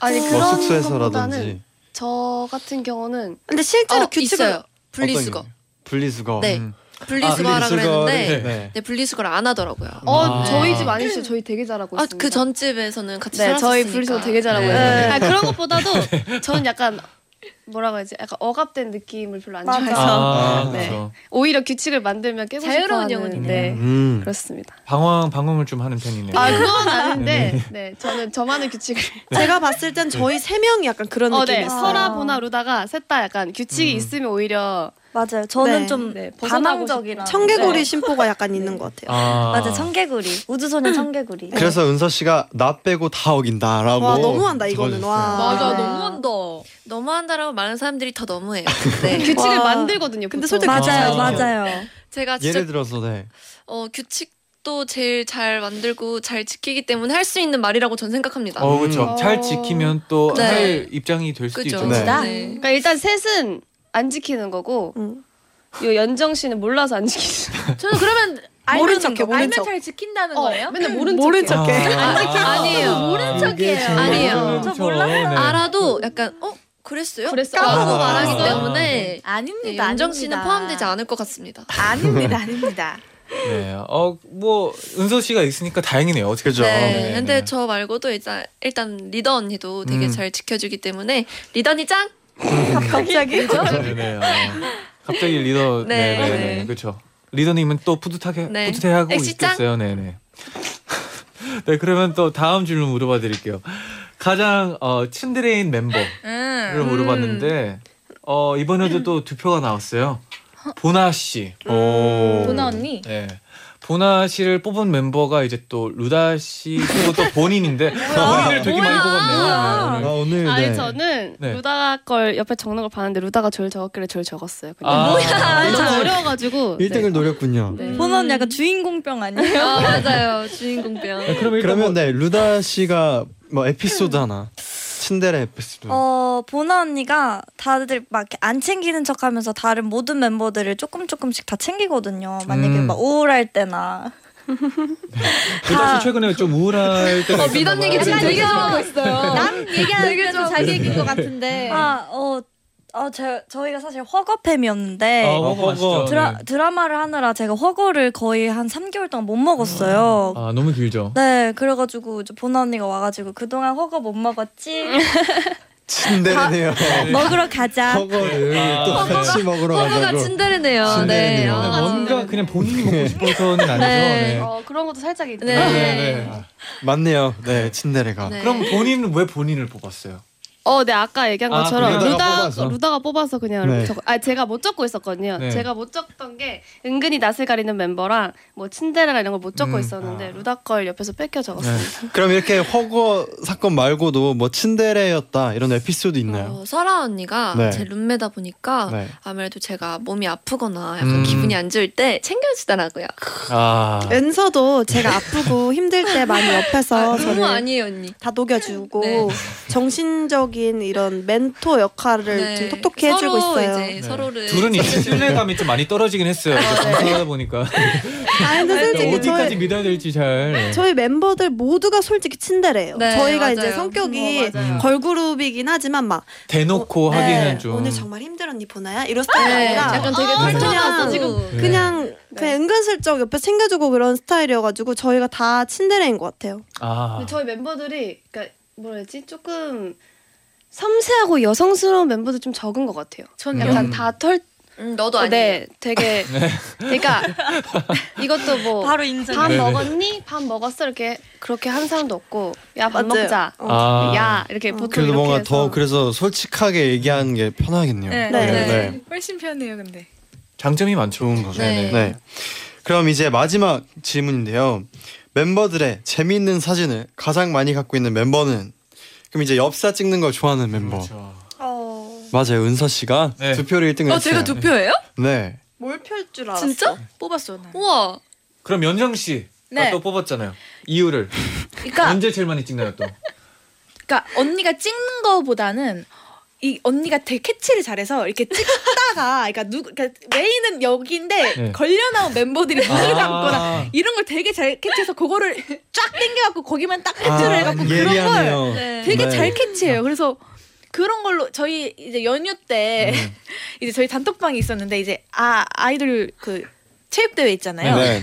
[SPEAKER 6] 아니
[SPEAKER 4] 뭐
[SPEAKER 6] 그런
[SPEAKER 4] 숙소에서라든지
[SPEAKER 6] 것보다는 저 같은 경우는
[SPEAKER 5] 근데 실제로
[SPEAKER 3] 어,
[SPEAKER 5] 규칙을
[SPEAKER 3] 있어요. 분리수거.
[SPEAKER 4] 어떤 게? 분리수거.
[SPEAKER 3] 네.
[SPEAKER 2] 음.
[SPEAKER 3] 분리수거
[SPEAKER 4] 아,
[SPEAKER 3] 하라 그랬는데
[SPEAKER 4] 분리수거를- 네.
[SPEAKER 3] 네, 분리수거를 안 하더라고요.
[SPEAKER 6] 어
[SPEAKER 4] 아.
[SPEAKER 6] 저희 집 아니시죠? 저희 되게 잘하고
[SPEAKER 3] 아,
[SPEAKER 6] 있습니다.
[SPEAKER 3] 그 전집에서는 같이
[SPEAKER 6] 네,
[SPEAKER 3] 살았으니까.
[SPEAKER 6] 저희 분리수거 되게 잘하고
[SPEAKER 4] 네.
[SPEAKER 6] 있어요.
[SPEAKER 4] 네.
[SPEAKER 6] 아, 그런 [LAUGHS] 것보다도 저는 약간 뭐라고 해야지? 약간 억압된 느낌을 별로 안
[SPEAKER 8] 맞아.
[SPEAKER 6] 좋아해서
[SPEAKER 2] 아,
[SPEAKER 6] 네.
[SPEAKER 2] 그렇죠.
[SPEAKER 6] 오히려 규칙을 만들면 깨고
[SPEAKER 3] 자유로운
[SPEAKER 6] 싶어하는,
[SPEAKER 3] 영혼이네요.
[SPEAKER 6] 네,
[SPEAKER 4] 음.
[SPEAKER 6] 그렇습니다.
[SPEAKER 2] 방황 방황을 좀 하는 편이네요.
[SPEAKER 6] 아 [LAUGHS] 그건 아는데 네 저는 저만의 규칙을
[SPEAKER 5] [LAUGHS] 제가 봤을 땐 저희 세 명이 약간 그런
[SPEAKER 6] 어, 네.
[SPEAKER 5] 느낌이 있어요.
[SPEAKER 6] 설아 보나 루다가 셋 다 약간 규칙이
[SPEAKER 2] 음.
[SPEAKER 6] 있으면 오히려
[SPEAKER 8] [LAUGHS] 맞아요 저는
[SPEAKER 5] 네.
[SPEAKER 8] 좀
[SPEAKER 6] 네, 벗어나고
[SPEAKER 8] 반항적이라
[SPEAKER 5] 청개구리
[SPEAKER 6] 네.
[SPEAKER 5] 심보가 약간 있는 것 같아요.
[SPEAKER 2] 아.
[SPEAKER 8] 맞아 청개구리 우주소년 청개구리
[SPEAKER 4] 네.
[SPEAKER 8] 네.
[SPEAKER 4] 그래서 은서 씨가 나 빼고 다 어긴다라고.
[SPEAKER 5] 와 너무한다 이거는 와.
[SPEAKER 8] 맞아,
[SPEAKER 7] 맞아
[SPEAKER 5] 네.
[SPEAKER 8] 너무한다.
[SPEAKER 7] 너무한다.
[SPEAKER 3] 너무한다라고 많은 사람들이 더 너무해요. 네.
[SPEAKER 6] 규칙을
[SPEAKER 5] 음. 와.
[SPEAKER 6] 만들거든요. 네. 보통.
[SPEAKER 5] 근데 솔직히
[SPEAKER 8] 맞아요
[SPEAKER 2] 아.
[SPEAKER 8] 맞아요
[SPEAKER 3] 제가 진짜
[SPEAKER 4] 예를 들어서 네.
[SPEAKER 3] 어, 규칙도 제일 잘 만들고 잘 지키기 때문에 할 수 있는 말이라고 전 생각합니다.
[SPEAKER 2] 어, 그렇죠.
[SPEAKER 6] 음.
[SPEAKER 2] 잘 지키면 또
[SPEAKER 3] 네.
[SPEAKER 2] 할 입장이 될 수도
[SPEAKER 3] 그죠.
[SPEAKER 2] 있죠.
[SPEAKER 4] 네.
[SPEAKER 6] 그러니까 일단 셋은 안 지키는 거고
[SPEAKER 5] 음.
[SPEAKER 6] 요 연정 씨는 몰라서 안 지키는
[SPEAKER 7] 저는 그러면
[SPEAKER 5] 모른
[SPEAKER 7] 알면-
[SPEAKER 5] 척해, 모른
[SPEAKER 7] 알면
[SPEAKER 5] 척.
[SPEAKER 7] 잘 지킨다는
[SPEAKER 6] 어,
[SPEAKER 7] 거예요?
[SPEAKER 6] 맨날 모른
[SPEAKER 5] 모른
[SPEAKER 6] 척해.
[SPEAKER 5] 척해.
[SPEAKER 2] 안 지키면
[SPEAKER 3] 아니에요.
[SPEAKER 7] 모른 척이에요.
[SPEAKER 3] 아니에요.
[SPEAKER 2] 그렇죠.
[SPEAKER 6] 저
[SPEAKER 2] 몰랐어요.
[SPEAKER 3] 알아도 약간 어 그랬어요?
[SPEAKER 6] 그랬어.
[SPEAKER 3] 라고
[SPEAKER 4] 아.
[SPEAKER 3] 말하기
[SPEAKER 4] 아.
[SPEAKER 3] 때문에 네,
[SPEAKER 7] 아닙니다.
[SPEAKER 3] 연정 씨는
[SPEAKER 7] 아닙니다.
[SPEAKER 3] 포함되지 않을 것 같습니다. [LAUGHS]
[SPEAKER 7] 아닙니다, 아닙니다.
[SPEAKER 2] 네. 어, 뭐 은서 씨가 있으니까 다행이네요. 어떻게
[SPEAKER 4] 그죠.
[SPEAKER 3] 네,
[SPEAKER 2] 네,
[SPEAKER 3] 근데
[SPEAKER 2] 네.
[SPEAKER 3] 저 말고도 일단 일단 리더 언니도 되게
[SPEAKER 2] 음.
[SPEAKER 3] 잘 지켜주기 때문에 리더 언니 짱.
[SPEAKER 5] 갑자기
[SPEAKER 2] [LAUGHS] 네, 네. 어, 갑자기 리더
[SPEAKER 3] 네,
[SPEAKER 2] 네, 네, 네.
[SPEAKER 3] 네.
[SPEAKER 2] 그렇죠. 리더님은 또 뿌듯하게
[SPEAKER 3] 네.
[SPEAKER 2] 뿌듯해하고
[SPEAKER 3] 엑시짱?
[SPEAKER 2] 있겠어요. 네, 네. 네, 그러면 또 다음 질문 물어봐 드릴게요. 가장 어, 친드레인 멤버를 물어봤는데 어, 이번에도 또 두 표가 나왔어요. 보나 씨.
[SPEAKER 4] 오.
[SPEAKER 7] 보나 언니.
[SPEAKER 2] 네. 보나 씨를 뽑은 멤버가 이제 또 루다 씨 그리고 또 본인인데 본인을 되게 많이 뽑았네요. 네,
[SPEAKER 4] 아
[SPEAKER 2] 오늘.
[SPEAKER 4] 오늘
[SPEAKER 6] 아니
[SPEAKER 4] 네.
[SPEAKER 6] 저는
[SPEAKER 2] 네.
[SPEAKER 6] 루다 걸 옆에 적는 걸 봤는데 루다가 저를 적었길래 저를 적었어요. 그냥
[SPEAKER 2] 아. 뭐야.
[SPEAKER 6] 너무 어려워가지고
[SPEAKER 4] 1등을
[SPEAKER 6] 네.
[SPEAKER 4] 노렸군요.
[SPEAKER 6] 네.
[SPEAKER 8] 보는 약간 주인공병 아니에요?
[SPEAKER 3] 아 맞아요 주인공병.
[SPEAKER 2] 그럼 일단
[SPEAKER 4] 그러면
[SPEAKER 2] 뭐-
[SPEAKER 4] 네 루다 씨가 뭐 에피소드 하나. 친데레 에피소드.
[SPEAKER 8] [LAUGHS] 어 보나 언니가 다들 막 안 챙기는 척하면서 다른 모든 멤버들을 조금 조금씩 다 챙기거든요. 만약에
[SPEAKER 2] 음.
[SPEAKER 8] 막 우울할 때나
[SPEAKER 2] 루다
[SPEAKER 8] 아.
[SPEAKER 2] 씨그 최근에 좀 우울할 때가
[SPEAKER 3] 어,
[SPEAKER 2] 있었나
[SPEAKER 3] 미담 얘기
[SPEAKER 2] 봐요.
[SPEAKER 3] 지금 되게 좋아하고
[SPEAKER 7] 있어요. 남 얘기하면서 자기 얘기인 것 같은데.
[SPEAKER 8] 아어 어, 제- 저희가 사실 허거팸이었는데
[SPEAKER 2] 어, 먹어 맛있죠.
[SPEAKER 8] 드라,
[SPEAKER 2] 네.
[SPEAKER 8] 드라마를 하느라 제가 허거를 거의 한 3개월 동안 못 먹었어요.
[SPEAKER 2] 아 너무 길죠.
[SPEAKER 8] 네, 그래가지고 이제 보나 언니가 와가지고 그동안 허거 못 먹었지?
[SPEAKER 4] 친데레네요. [LAUGHS]
[SPEAKER 8] 먹으러 가자.
[SPEAKER 4] 허거를
[SPEAKER 6] 네.
[SPEAKER 2] 아.
[SPEAKER 4] 또 같이 먹으러
[SPEAKER 3] 허브가
[SPEAKER 4] 가자고.
[SPEAKER 8] 아,
[SPEAKER 3] 친데레네요. 네.
[SPEAKER 4] 친데레네요.
[SPEAKER 3] 어,
[SPEAKER 2] 네, 뭔가 그냥 본인이 먹고 싶어서는 아니죠.
[SPEAKER 3] 네.
[SPEAKER 2] 네.
[SPEAKER 6] 어, 그런 것도 살짝 있다.
[SPEAKER 3] 네.
[SPEAKER 2] 네, 네.
[SPEAKER 4] 맞네요. 네 친데레가.
[SPEAKER 3] 네.
[SPEAKER 2] 그럼 본인은 왜 본인을 뽑았어요?
[SPEAKER 6] 어, 네 아까 얘기한
[SPEAKER 2] 아,
[SPEAKER 6] 것처럼
[SPEAKER 2] 루다가
[SPEAKER 6] 루다
[SPEAKER 4] 뽑아서.
[SPEAKER 6] 루다가 뽑아서 그냥 이렇게
[SPEAKER 4] 네.
[SPEAKER 6] 적, 아 제가 못 적고 있었거든요.
[SPEAKER 2] 네.
[SPEAKER 6] 제가 못 적던 게 은근히 낯을 가리는 멤버랑 뭐 친데레라 이런 걸 못 적고
[SPEAKER 2] 음,
[SPEAKER 6] 있었는데 루다 걸 옆에서 뺏겨 적었어요.
[SPEAKER 2] 네.
[SPEAKER 4] 그럼 이렇게 허거 사건 말고도 뭐 친데레였다 이런 에피소드 있나요?
[SPEAKER 3] 어, 설아 언니가
[SPEAKER 4] 네.
[SPEAKER 3] 제 룸메다 보니까
[SPEAKER 4] 네.
[SPEAKER 3] 아무래도 제가 몸이 아프거나 약간
[SPEAKER 2] 음.
[SPEAKER 3] 기분이 안 좋을 때 챙겨주더라고요.
[SPEAKER 2] 아
[SPEAKER 5] 네. 은서도 제가 아프고 힘들 때 많이 옆에서
[SPEAKER 3] 너무
[SPEAKER 5] 저를
[SPEAKER 3] 아니에요 언니.
[SPEAKER 5] 다 녹여주고
[SPEAKER 3] 네.
[SPEAKER 5] 정신적인 이런 멘토 역할을 네, 좀 톡톡히 해주고
[SPEAKER 3] 네. 서로
[SPEAKER 5] 있어요.
[SPEAKER 3] 이제 서로를
[SPEAKER 2] 둘은 이제 신뢰감이 좀 많이 떨어지긴 했어요. 하다 보니까
[SPEAKER 5] 아
[SPEAKER 3] 네.
[SPEAKER 5] 근데 솔직히
[SPEAKER 2] 어디까지
[SPEAKER 5] 저희
[SPEAKER 2] 믿어야 될지 잘.
[SPEAKER 5] 네. 저희 멤버들 모두가 솔직히 친데레예요.
[SPEAKER 3] 네,
[SPEAKER 5] 저희가
[SPEAKER 3] 맞아요.
[SPEAKER 5] 이제 성격이
[SPEAKER 6] 어, 맞아요.
[SPEAKER 5] 걸그룹이긴 하지만 막
[SPEAKER 2] 대놓고
[SPEAKER 5] 네,
[SPEAKER 2] 뭐 하기는 좀.
[SPEAKER 5] 오늘 정말 힘들었니 보나야 이런 스타일이
[SPEAKER 3] 네,
[SPEAKER 5] 아니라
[SPEAKER 3] 약간 되게
[SPEAKER 5] 아,
[SPEAKER 3] 털털하고
[SPEAKER 5] 그냥
[SPEAKER 2] 네.
[SPEAKER 5] 그냥 그냥 은근슬쩍 옆에 챙겨주고 그런 스타일이어가지고 저희가 다 친데레인 것 같아요.
[SPEAKER 2] 아
[SPEAKER 6] 근데 그 저희 멤버들이 그러니까 뭐라 해야지 조금 섬세하고 여성스러운 멤버들 좀 적은 것 같아요.
[SPEAKER 7] 전
[SPEAKER 6] 약간
[SPEAKER 2] 음.
[SPEAKER 6] 다털
[SPEAKER 3] 음, 너도
[SPEAKER 6] 어,
[SPEAKER 3] 아니.
[SPEAKER 6] 네,
[SPEAKER 4] [LAUGHS]
[SPEAKER 6] 되게 그러니까 이것도
[SPEAKER 7] [LAUGHS]
[SPEAKER 6] 뭐 밥
[SPEAKER 8] 바로 인정.
[SPEAKER 2] 네네.
[SPEAKER 6] 먹었니? 밥 먹었어? 이렇게 그렇게 한 사람도 없고 야 밥
[SPEAKER 5] 맞아요.
[SPEAKER 6] 먹자.
[SPEAKER 5] 어.
[SPEAKER 2] 아.
[SPEAKER 6] 야 이렇게 보통
[SPEAKER 4] 그래도
[SPEAKER 6] 이렇게
[SPEAKER 4] 뭔가
[SPEAKER 6] 해서
[SPEAKER 4] 더 그래서 솔직하게 얘기하는 게 편하겠네요.
[SPEAKER 7] 네.
[SPEAKER 5] 네.
[SPEAKER 7] 훨씬 편해요, 근데.
[SPEAKER 2] 장점이 많죠.
[SPEAKER 4] 좋은 거죠.
[SPEAKER 3] 네.
[SPEAKER 4] 네. 그럼 이제 마지막 질문인데요. 멤버들의 재미있는 사진을 가장 많이 갖고 있는 멤버는 그럼 이제 엽사 찍는 걸 좋아하는 멤버.
[SPEAKER 2] 그렇죠.
[SPEAKER 4] 맞아요. 은서 씨가
[SPEAKER 2] 네.
[SPEAKER 4] 투표로 1등을 했어요.
[SPEAKER 3] 어 제가 두 표예요?
[SPEAKER 4] 네.
[SPEAKER 5] 뭘 펼 줄 알았어?
[SPEAKER 3] 진짜?
[SPEAKER 7] 뽑았어. 나.
[SPEAKER 3] 우와.
[SPEAKER 2] 그럼 연정 씨가
[SPEAKER 7] 네.
[SPEAKER 2] 또 뽑았잖아요. 이유를
[SPEAKER 7] 그러니까
[SPEAKER 2] 언제 제일 많이 찍나요 또?
[SPEAKER 7] 그러니까 언니가 찍는 거보다는 이 언니가 되게 캐치를 잘해서 이렇게 찍다가 그러니까 누 그러니까 메인은 여기인데
[SPEAKER 2] 네.
[SPEAKER 7] 걸려 나온 멤버들이 눈을 감거나
[SPEAKER 2] 아.
[SPEAKER 7] 이런 걸 되게 잘 캐치해서 그거를 쫙 당겨갖고 거기만 딱 캐치를 해갖고 그런 걸
[SPEAKER 4] 예리하네요.
[SPEAKER 3] 네.
[SPEAKER 7] 되게
[SPEAKER 4] 네.
[SPEAKER 7] 잘 캐치해요. 그래서 그런 걸로 저희 이제 연휴 때
[SPEAKER 2] 음.
[SPEAKER 7] [LAUGHS] 이제 저희 단톡방이 있었는데 이제 아 아이돌 그 체육대회 있잖아요.
[SPEAKER 4] 네.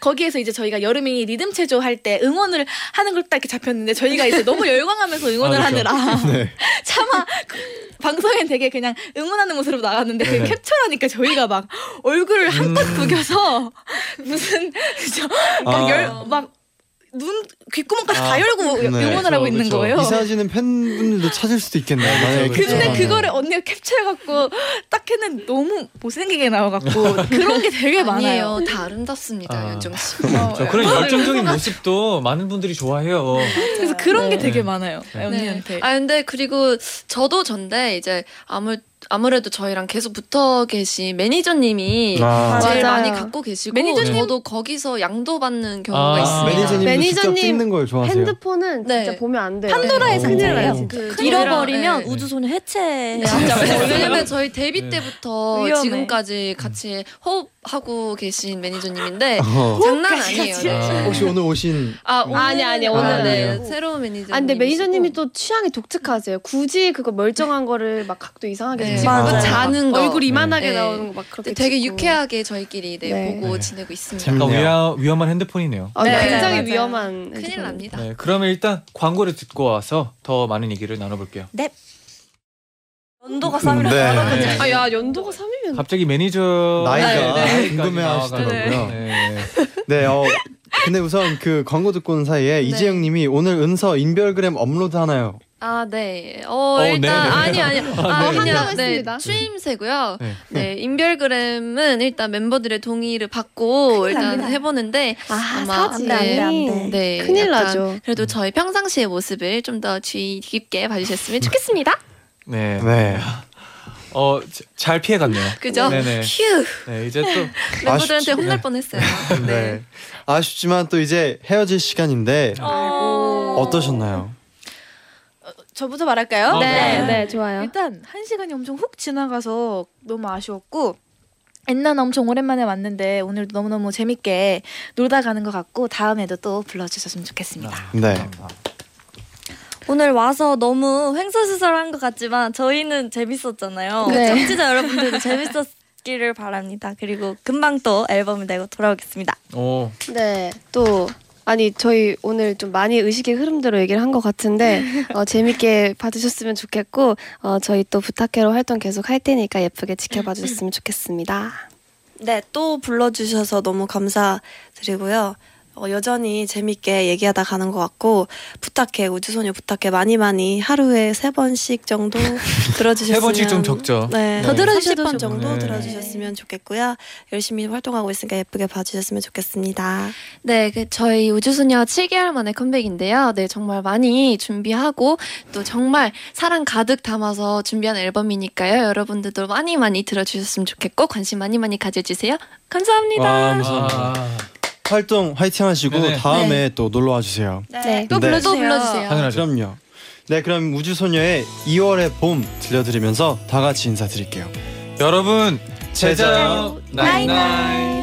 [SPEAKER 7] 거기에서 이제 저희가 여름이 리듬 체조 할 때 응원을 하는 걸 딱 이렇게 잡혔는데 저희가 이제 너무 열광하면서 응원을
[SPEAKER 2] 아, 그렇죠.
[SPEAKER 7] 하느라 [LAUGHS]
[SPEAKER 4] 네.
[SPEAKER 7] 차마 그 방송엔 되게 그냥 응원하는 모습으로 나갔는데 그
[SPEAKER 2] 네.
[SPEAKER 7] 캡처하니까 저희가 막 얼굴을 한껏 구겨서 [LAUGHS] 무슨
[SPEAKER 4] 아.
[SPEAKER 7] 막열막눈 귓구멍까지
[SPEAKER 2] 아.
[SPEAKER 7] 다 열고
[SPEAKER 4] 네.
[SPEAKER 7] 응원을 하고
[SPEAKER 2] 그렇죠,
[SPEAKER 7] 있는
[SPEAKER 2] 그렇죠.
[SPEAKER 7] 거예요.
[SPEAKER 4] 이 사진은 팬분들도 찾을 수도 있겠네요. 만약에
[SPEAKER 2] 그렇죠.
[SPEAKER 7] 근데
[SPEAKER 4] 그렇죠.
[SPEAKER 7] 그거를 언니가 캡처해갖고 딱 했는데 너무 못생기게 나와갖고
[SPEAKER 2] [LAUGHS]
[SPEAKER 7] 그런 게 되게 많아요. 어,
[SPEAKER 3] 아니에요. 다 아름답습니다
[SPEAKER 2] 아.
[SPEAKER 3] 연정 씨.
[SPEAKER 2] 저 그런 열정적인 모습도 많은 분들이 좋아해요.
[SPEAKER 7] 그래서 그런 게
[SPEAKER 2] 네.
[SPEAKER 7] 되게 많아요
[SPEAKER 2] 네.
[SPEAKER 7] 언니한테.
[SPEAKER 3] 아 근데 그리고 저도 전데 이제 아무 아무래도 저희랑 계속 붙어 계신 매니저님이
[SPEAKER 4] 아.
[SPEAKER 3] 제일
[SPEAKER 6] 맞아요.
[SPEAKER 3] 많이 갖고 계시고
[SPEAKER 7] 매니저님-
[SPEAKER 3] 저도 거기서 양도받는 경우가
[SPEAKER 2] 아,
[SPEAKER 3] 있습니다.
[SPEAKER 4] 매니저님도 직접
[SPEAKER 6] 매니저님
[SPEAKER 4] 찍는 걸 좋아하세요.
[SPEAKER 6] 핸드폰은
[SPEAKER 3] 네.
[SPEAKER 6] 진짜 보면 안 돼요.
[SPEAKER 7] 판도라의
[SPEAKER 2] 오.
[SPEAKER 7] 상자를
[SPEAKER 2] 큰일
[SPEAKER 7] 알지.
[SPEAKER 2] 나요.
[SPEAKER 7] 그
[SPEAKER 8] 잃어버리면
[SPEAKER 3] 네.
[SPEAKER 8] 우주소녀 해체.
[SPEAKER 3] 네, 진짜 왜냐면 저희 데뷔
[SPEAKER 2] 네. 음.
[SPEAKER 3] 때부터
[SPEAKER 8] 위험해.
[SPEAKER 3] 지금까지 같이 호흡하고 계신 매니저님인데
[SPEAKER 4] 어.
[SPEAKER 3] 장난 아니에요. 네.
[SPEAKER 4] 혹시 오늘 오신
[SPEAKER 3] 아,
[SPEAKER 6] 아니 아니 오늘
[SPEAKER 2] 아,
[SPEAKER 6] 아,
[SPEAKER 3] 네,
[SPEAKER 2] 아니에요.
[SPEAKER 3] 새로운 매니저님.
[SPEAKER 6] 아 근데 매니저님이 또 취향이 독특하세요. 굳이 그거 멀쩡한 거를 막 각도 이상하게
[SPEAKER 3] 네.
[SPEAKER 6] 찍고
[SPEAKER 8] 맞아요.
[SPEAKER 3] 자는 거.
[SPEAKER 6] 얼굴 이만하게
[SPEAKER 3] 네.
[SPEAKER 6] 나오는 거 막 그렇게
[SPEAKER 3] 되게
[SPEAKER 6] 찍고.
[SPEAKER 3] 유쾌하게 저희끼리 네,
[SPEAKER 6] 네.
[SPEAKER 3] 보고
[SPEAKER 2] 네.
[SPEAKER 3] 지내고 있습니다.
[SPEAKER 4] 재밌-
[SPEAKER 2] 약간
[SPEAKER 4] 재밌네요.
[SPEAKER 2] 위험, 위험한 핸드폰이네요.
[SPEAKER 6] 어,
[SPEAKER 3] 네,
[SPEAKER 6] 굉장히
[SPEAKER 7] 맞아요.
[SPEAKER 6] 위험한
[SPEAKER 3] 큰일
[SPEAKER 6] 애들이거든요.
[SPEAKER 3] 납니다.
[SPEAKER 2] 네, 그러면 일단 광고를 듣고 와서 더 많은 얘기를 나눠볼게요.
[SPEAKER 8] 연도가 쌈이라
[SPEAKER 4] 네.
[SPEAKER 8] 네.
[SPEAKER 2] 네.
[SPEAKER 6] 아 야 연도가 3이면
[SPEAKER 2] 갑자기 매니저
[SPEAKER 4] 나이가
[SPEAKER 2] 나이까지
[SPEAKER 4] 궁금해하시더라고요.
[SPEAKER 2] 나와가지고. 네.
[SPEAKER 4] 네, 어, 근데 우선 그 광고 듣고 온 사이에 이재영님이 오늘 은서 인별그램 업로드 하나요?
[SPEAKER 3] 아, 네. 어,
[SPEAKER 2] 네,
[SPEAKER 3] 일단
[SPEAKER 2] 네.
[SPEAKER 3] 아니 아니. 아,
[SPEAKER 2] 네.
[SPEAKER 3] 그냥
[SPEAKER 6] 한다고
[SPEAKER 3] 네.
[SPEAKER 6] 했습니다.
[SPEAKER 3] 추임새고요.
[SPEAKER 2] 네.
[SPEAKER 3] 네. 인별그램은 일단 멤버들의 동의를 받고 일단
[SPEAKER 7] 납니다.
[SPEAKER 3] 해 보는데
[SPEAKER 6] 아
[SPEAKER 3] 아마
[SPEAKER 6] 사진
[SPEAKER 3] 안 돼,
[SPEAKER 8] 안 돼, 안 돼.
[SPEAKER 3] 네.
[SPEAKER 6] 큰일
[SPEAKER 3] 약간
[SPEAKER 6] 나죠.
[SPEAKER 3] 그래도 저희 평상시의 모습을 좀 더 주의 깊게 봐주셨으면 좋겠습니다.
[SPEAKER 2] 네.
[SPEAKER 4] 네.
[SPEAKER 2] 어, 자- 잘 피해갔네요.
[SPEAKER 3] 그죠?
[SPEAKER 2] 네네.
[SPEAKER 3] 휴
[SPEAKER 2] 네, 이제 또
[SPEAKER 3] 멤버들한테
[SPEAKER 4] 아쉽지.
[SPEAKER 3] 혼날 뻔했어요. [LAUGHS]
[SPEAKER 4] 네. 아쉽지만 또 이제 헤어질 시간인데 어떠셨나요?
[SPEAKER 7] 저부터 말할까요?
[SPEAKER 2] 어, 네.
[SPEAKER 6] 네, 네 좋아요.
[SPEAKER 7] 일단 한 시간이 엄청 훅 지나가서 너무 아쉬웠고 엔나는 엄청 오랜만에 왔는데 오늘도 너무너무 재밌게 놀다 가는 것 같고 다음에도 또 불러주셨으면 좋겠습니다.
[SPEAKER 4] 네.
[SPEAKER 8] 오늘 와서 너무 횡설수설한 것 같지만 저희는 재밌었잖아요.
[SPEAKER 6] 네.
[SPEAKER 8] 청취자 여러분들도 재밌었기를 바랍니다. 그리고 금방 또 앨범을 내고 돌아오겠습니다.
[SPEAKER 2] 오,
[SPEAKER 6] 네또 아니 저희 오늘 좀 많이 의식의 흐름대로 얘기를 한 것
[SPEAKER 3] [LAUGHS]
[SPEAKER 6] 같은데 어, 재밌게 봐주셨으면 좋겠고 어, 저희 또 부탁해로 활동 계속 할 테니까 예쁘게 지켜봐 주셨으면 좋겠습니다.
[SPEAKER 5] 네, 또 불러주셔서 너무 감사드리고요. 어, 여전히 재밌게 얘기하다 가는 것 같고 부탁해 우주소녀 부탁해 많이 많이 하루에 세
[SPEAKER 2] [LAUGHS]
[SPEAKER 5] 번씩 정도
[SPEAKER 2] 세
[SPEAKER 5] 들어주셨으면
[SPEAKER 2] 번씩 좀 적죠.
[SPEAKER 5] 네,
[SPEAKER 2] 더
[SPEAKER 6] 들어주셔도
[SPEAKER 5] 30번
[SPEAKER 6] 좋-
[SPEAKER 5] 정도
[SPEAKER 2] 네.
[SPEAKER 5] 들어주셨으면 좋겠고요. 열심히 활동하고 있으니까 예쁘게 봐주셨으면 좋겠습니다.
[SPEAKER 3] 네, 그 저희 우주소녀 7개월 만에 컴백인데요. 네, 정말 많이 준비하고 또 정말 사랑 가득 담아서 준비한 앨범이니까요. 여러분들도 많이 많이 들어주셨으면 좋겠고 관심 많이 많이 가져주세요. 감사합니다.
[SPEAKER 2] 와,
[SPEAKER 4] 감사합니다. 활동 화이팅 하시고
[SPEAKER 2] 아, 네네.
[SPEAKER 4] 다음에 또 놀러 와 주세요.
[SPEAKER 6] 네.
[SPEAKER 7] 또
[SPEAKER 4] 네.
[SPEAKER 7] 불러주세요.
[SPEAKER 3] 또 불러주세요.
[SPEAKER 2] 당연하죠.
[SPEAKER 4] 그럼요. 네, 그럼 우주소녀의 2월의 봄 들려드리면서 다 같이 인사드릴게요.
[SPEAKER 2] 여러분 제자요 나이나이.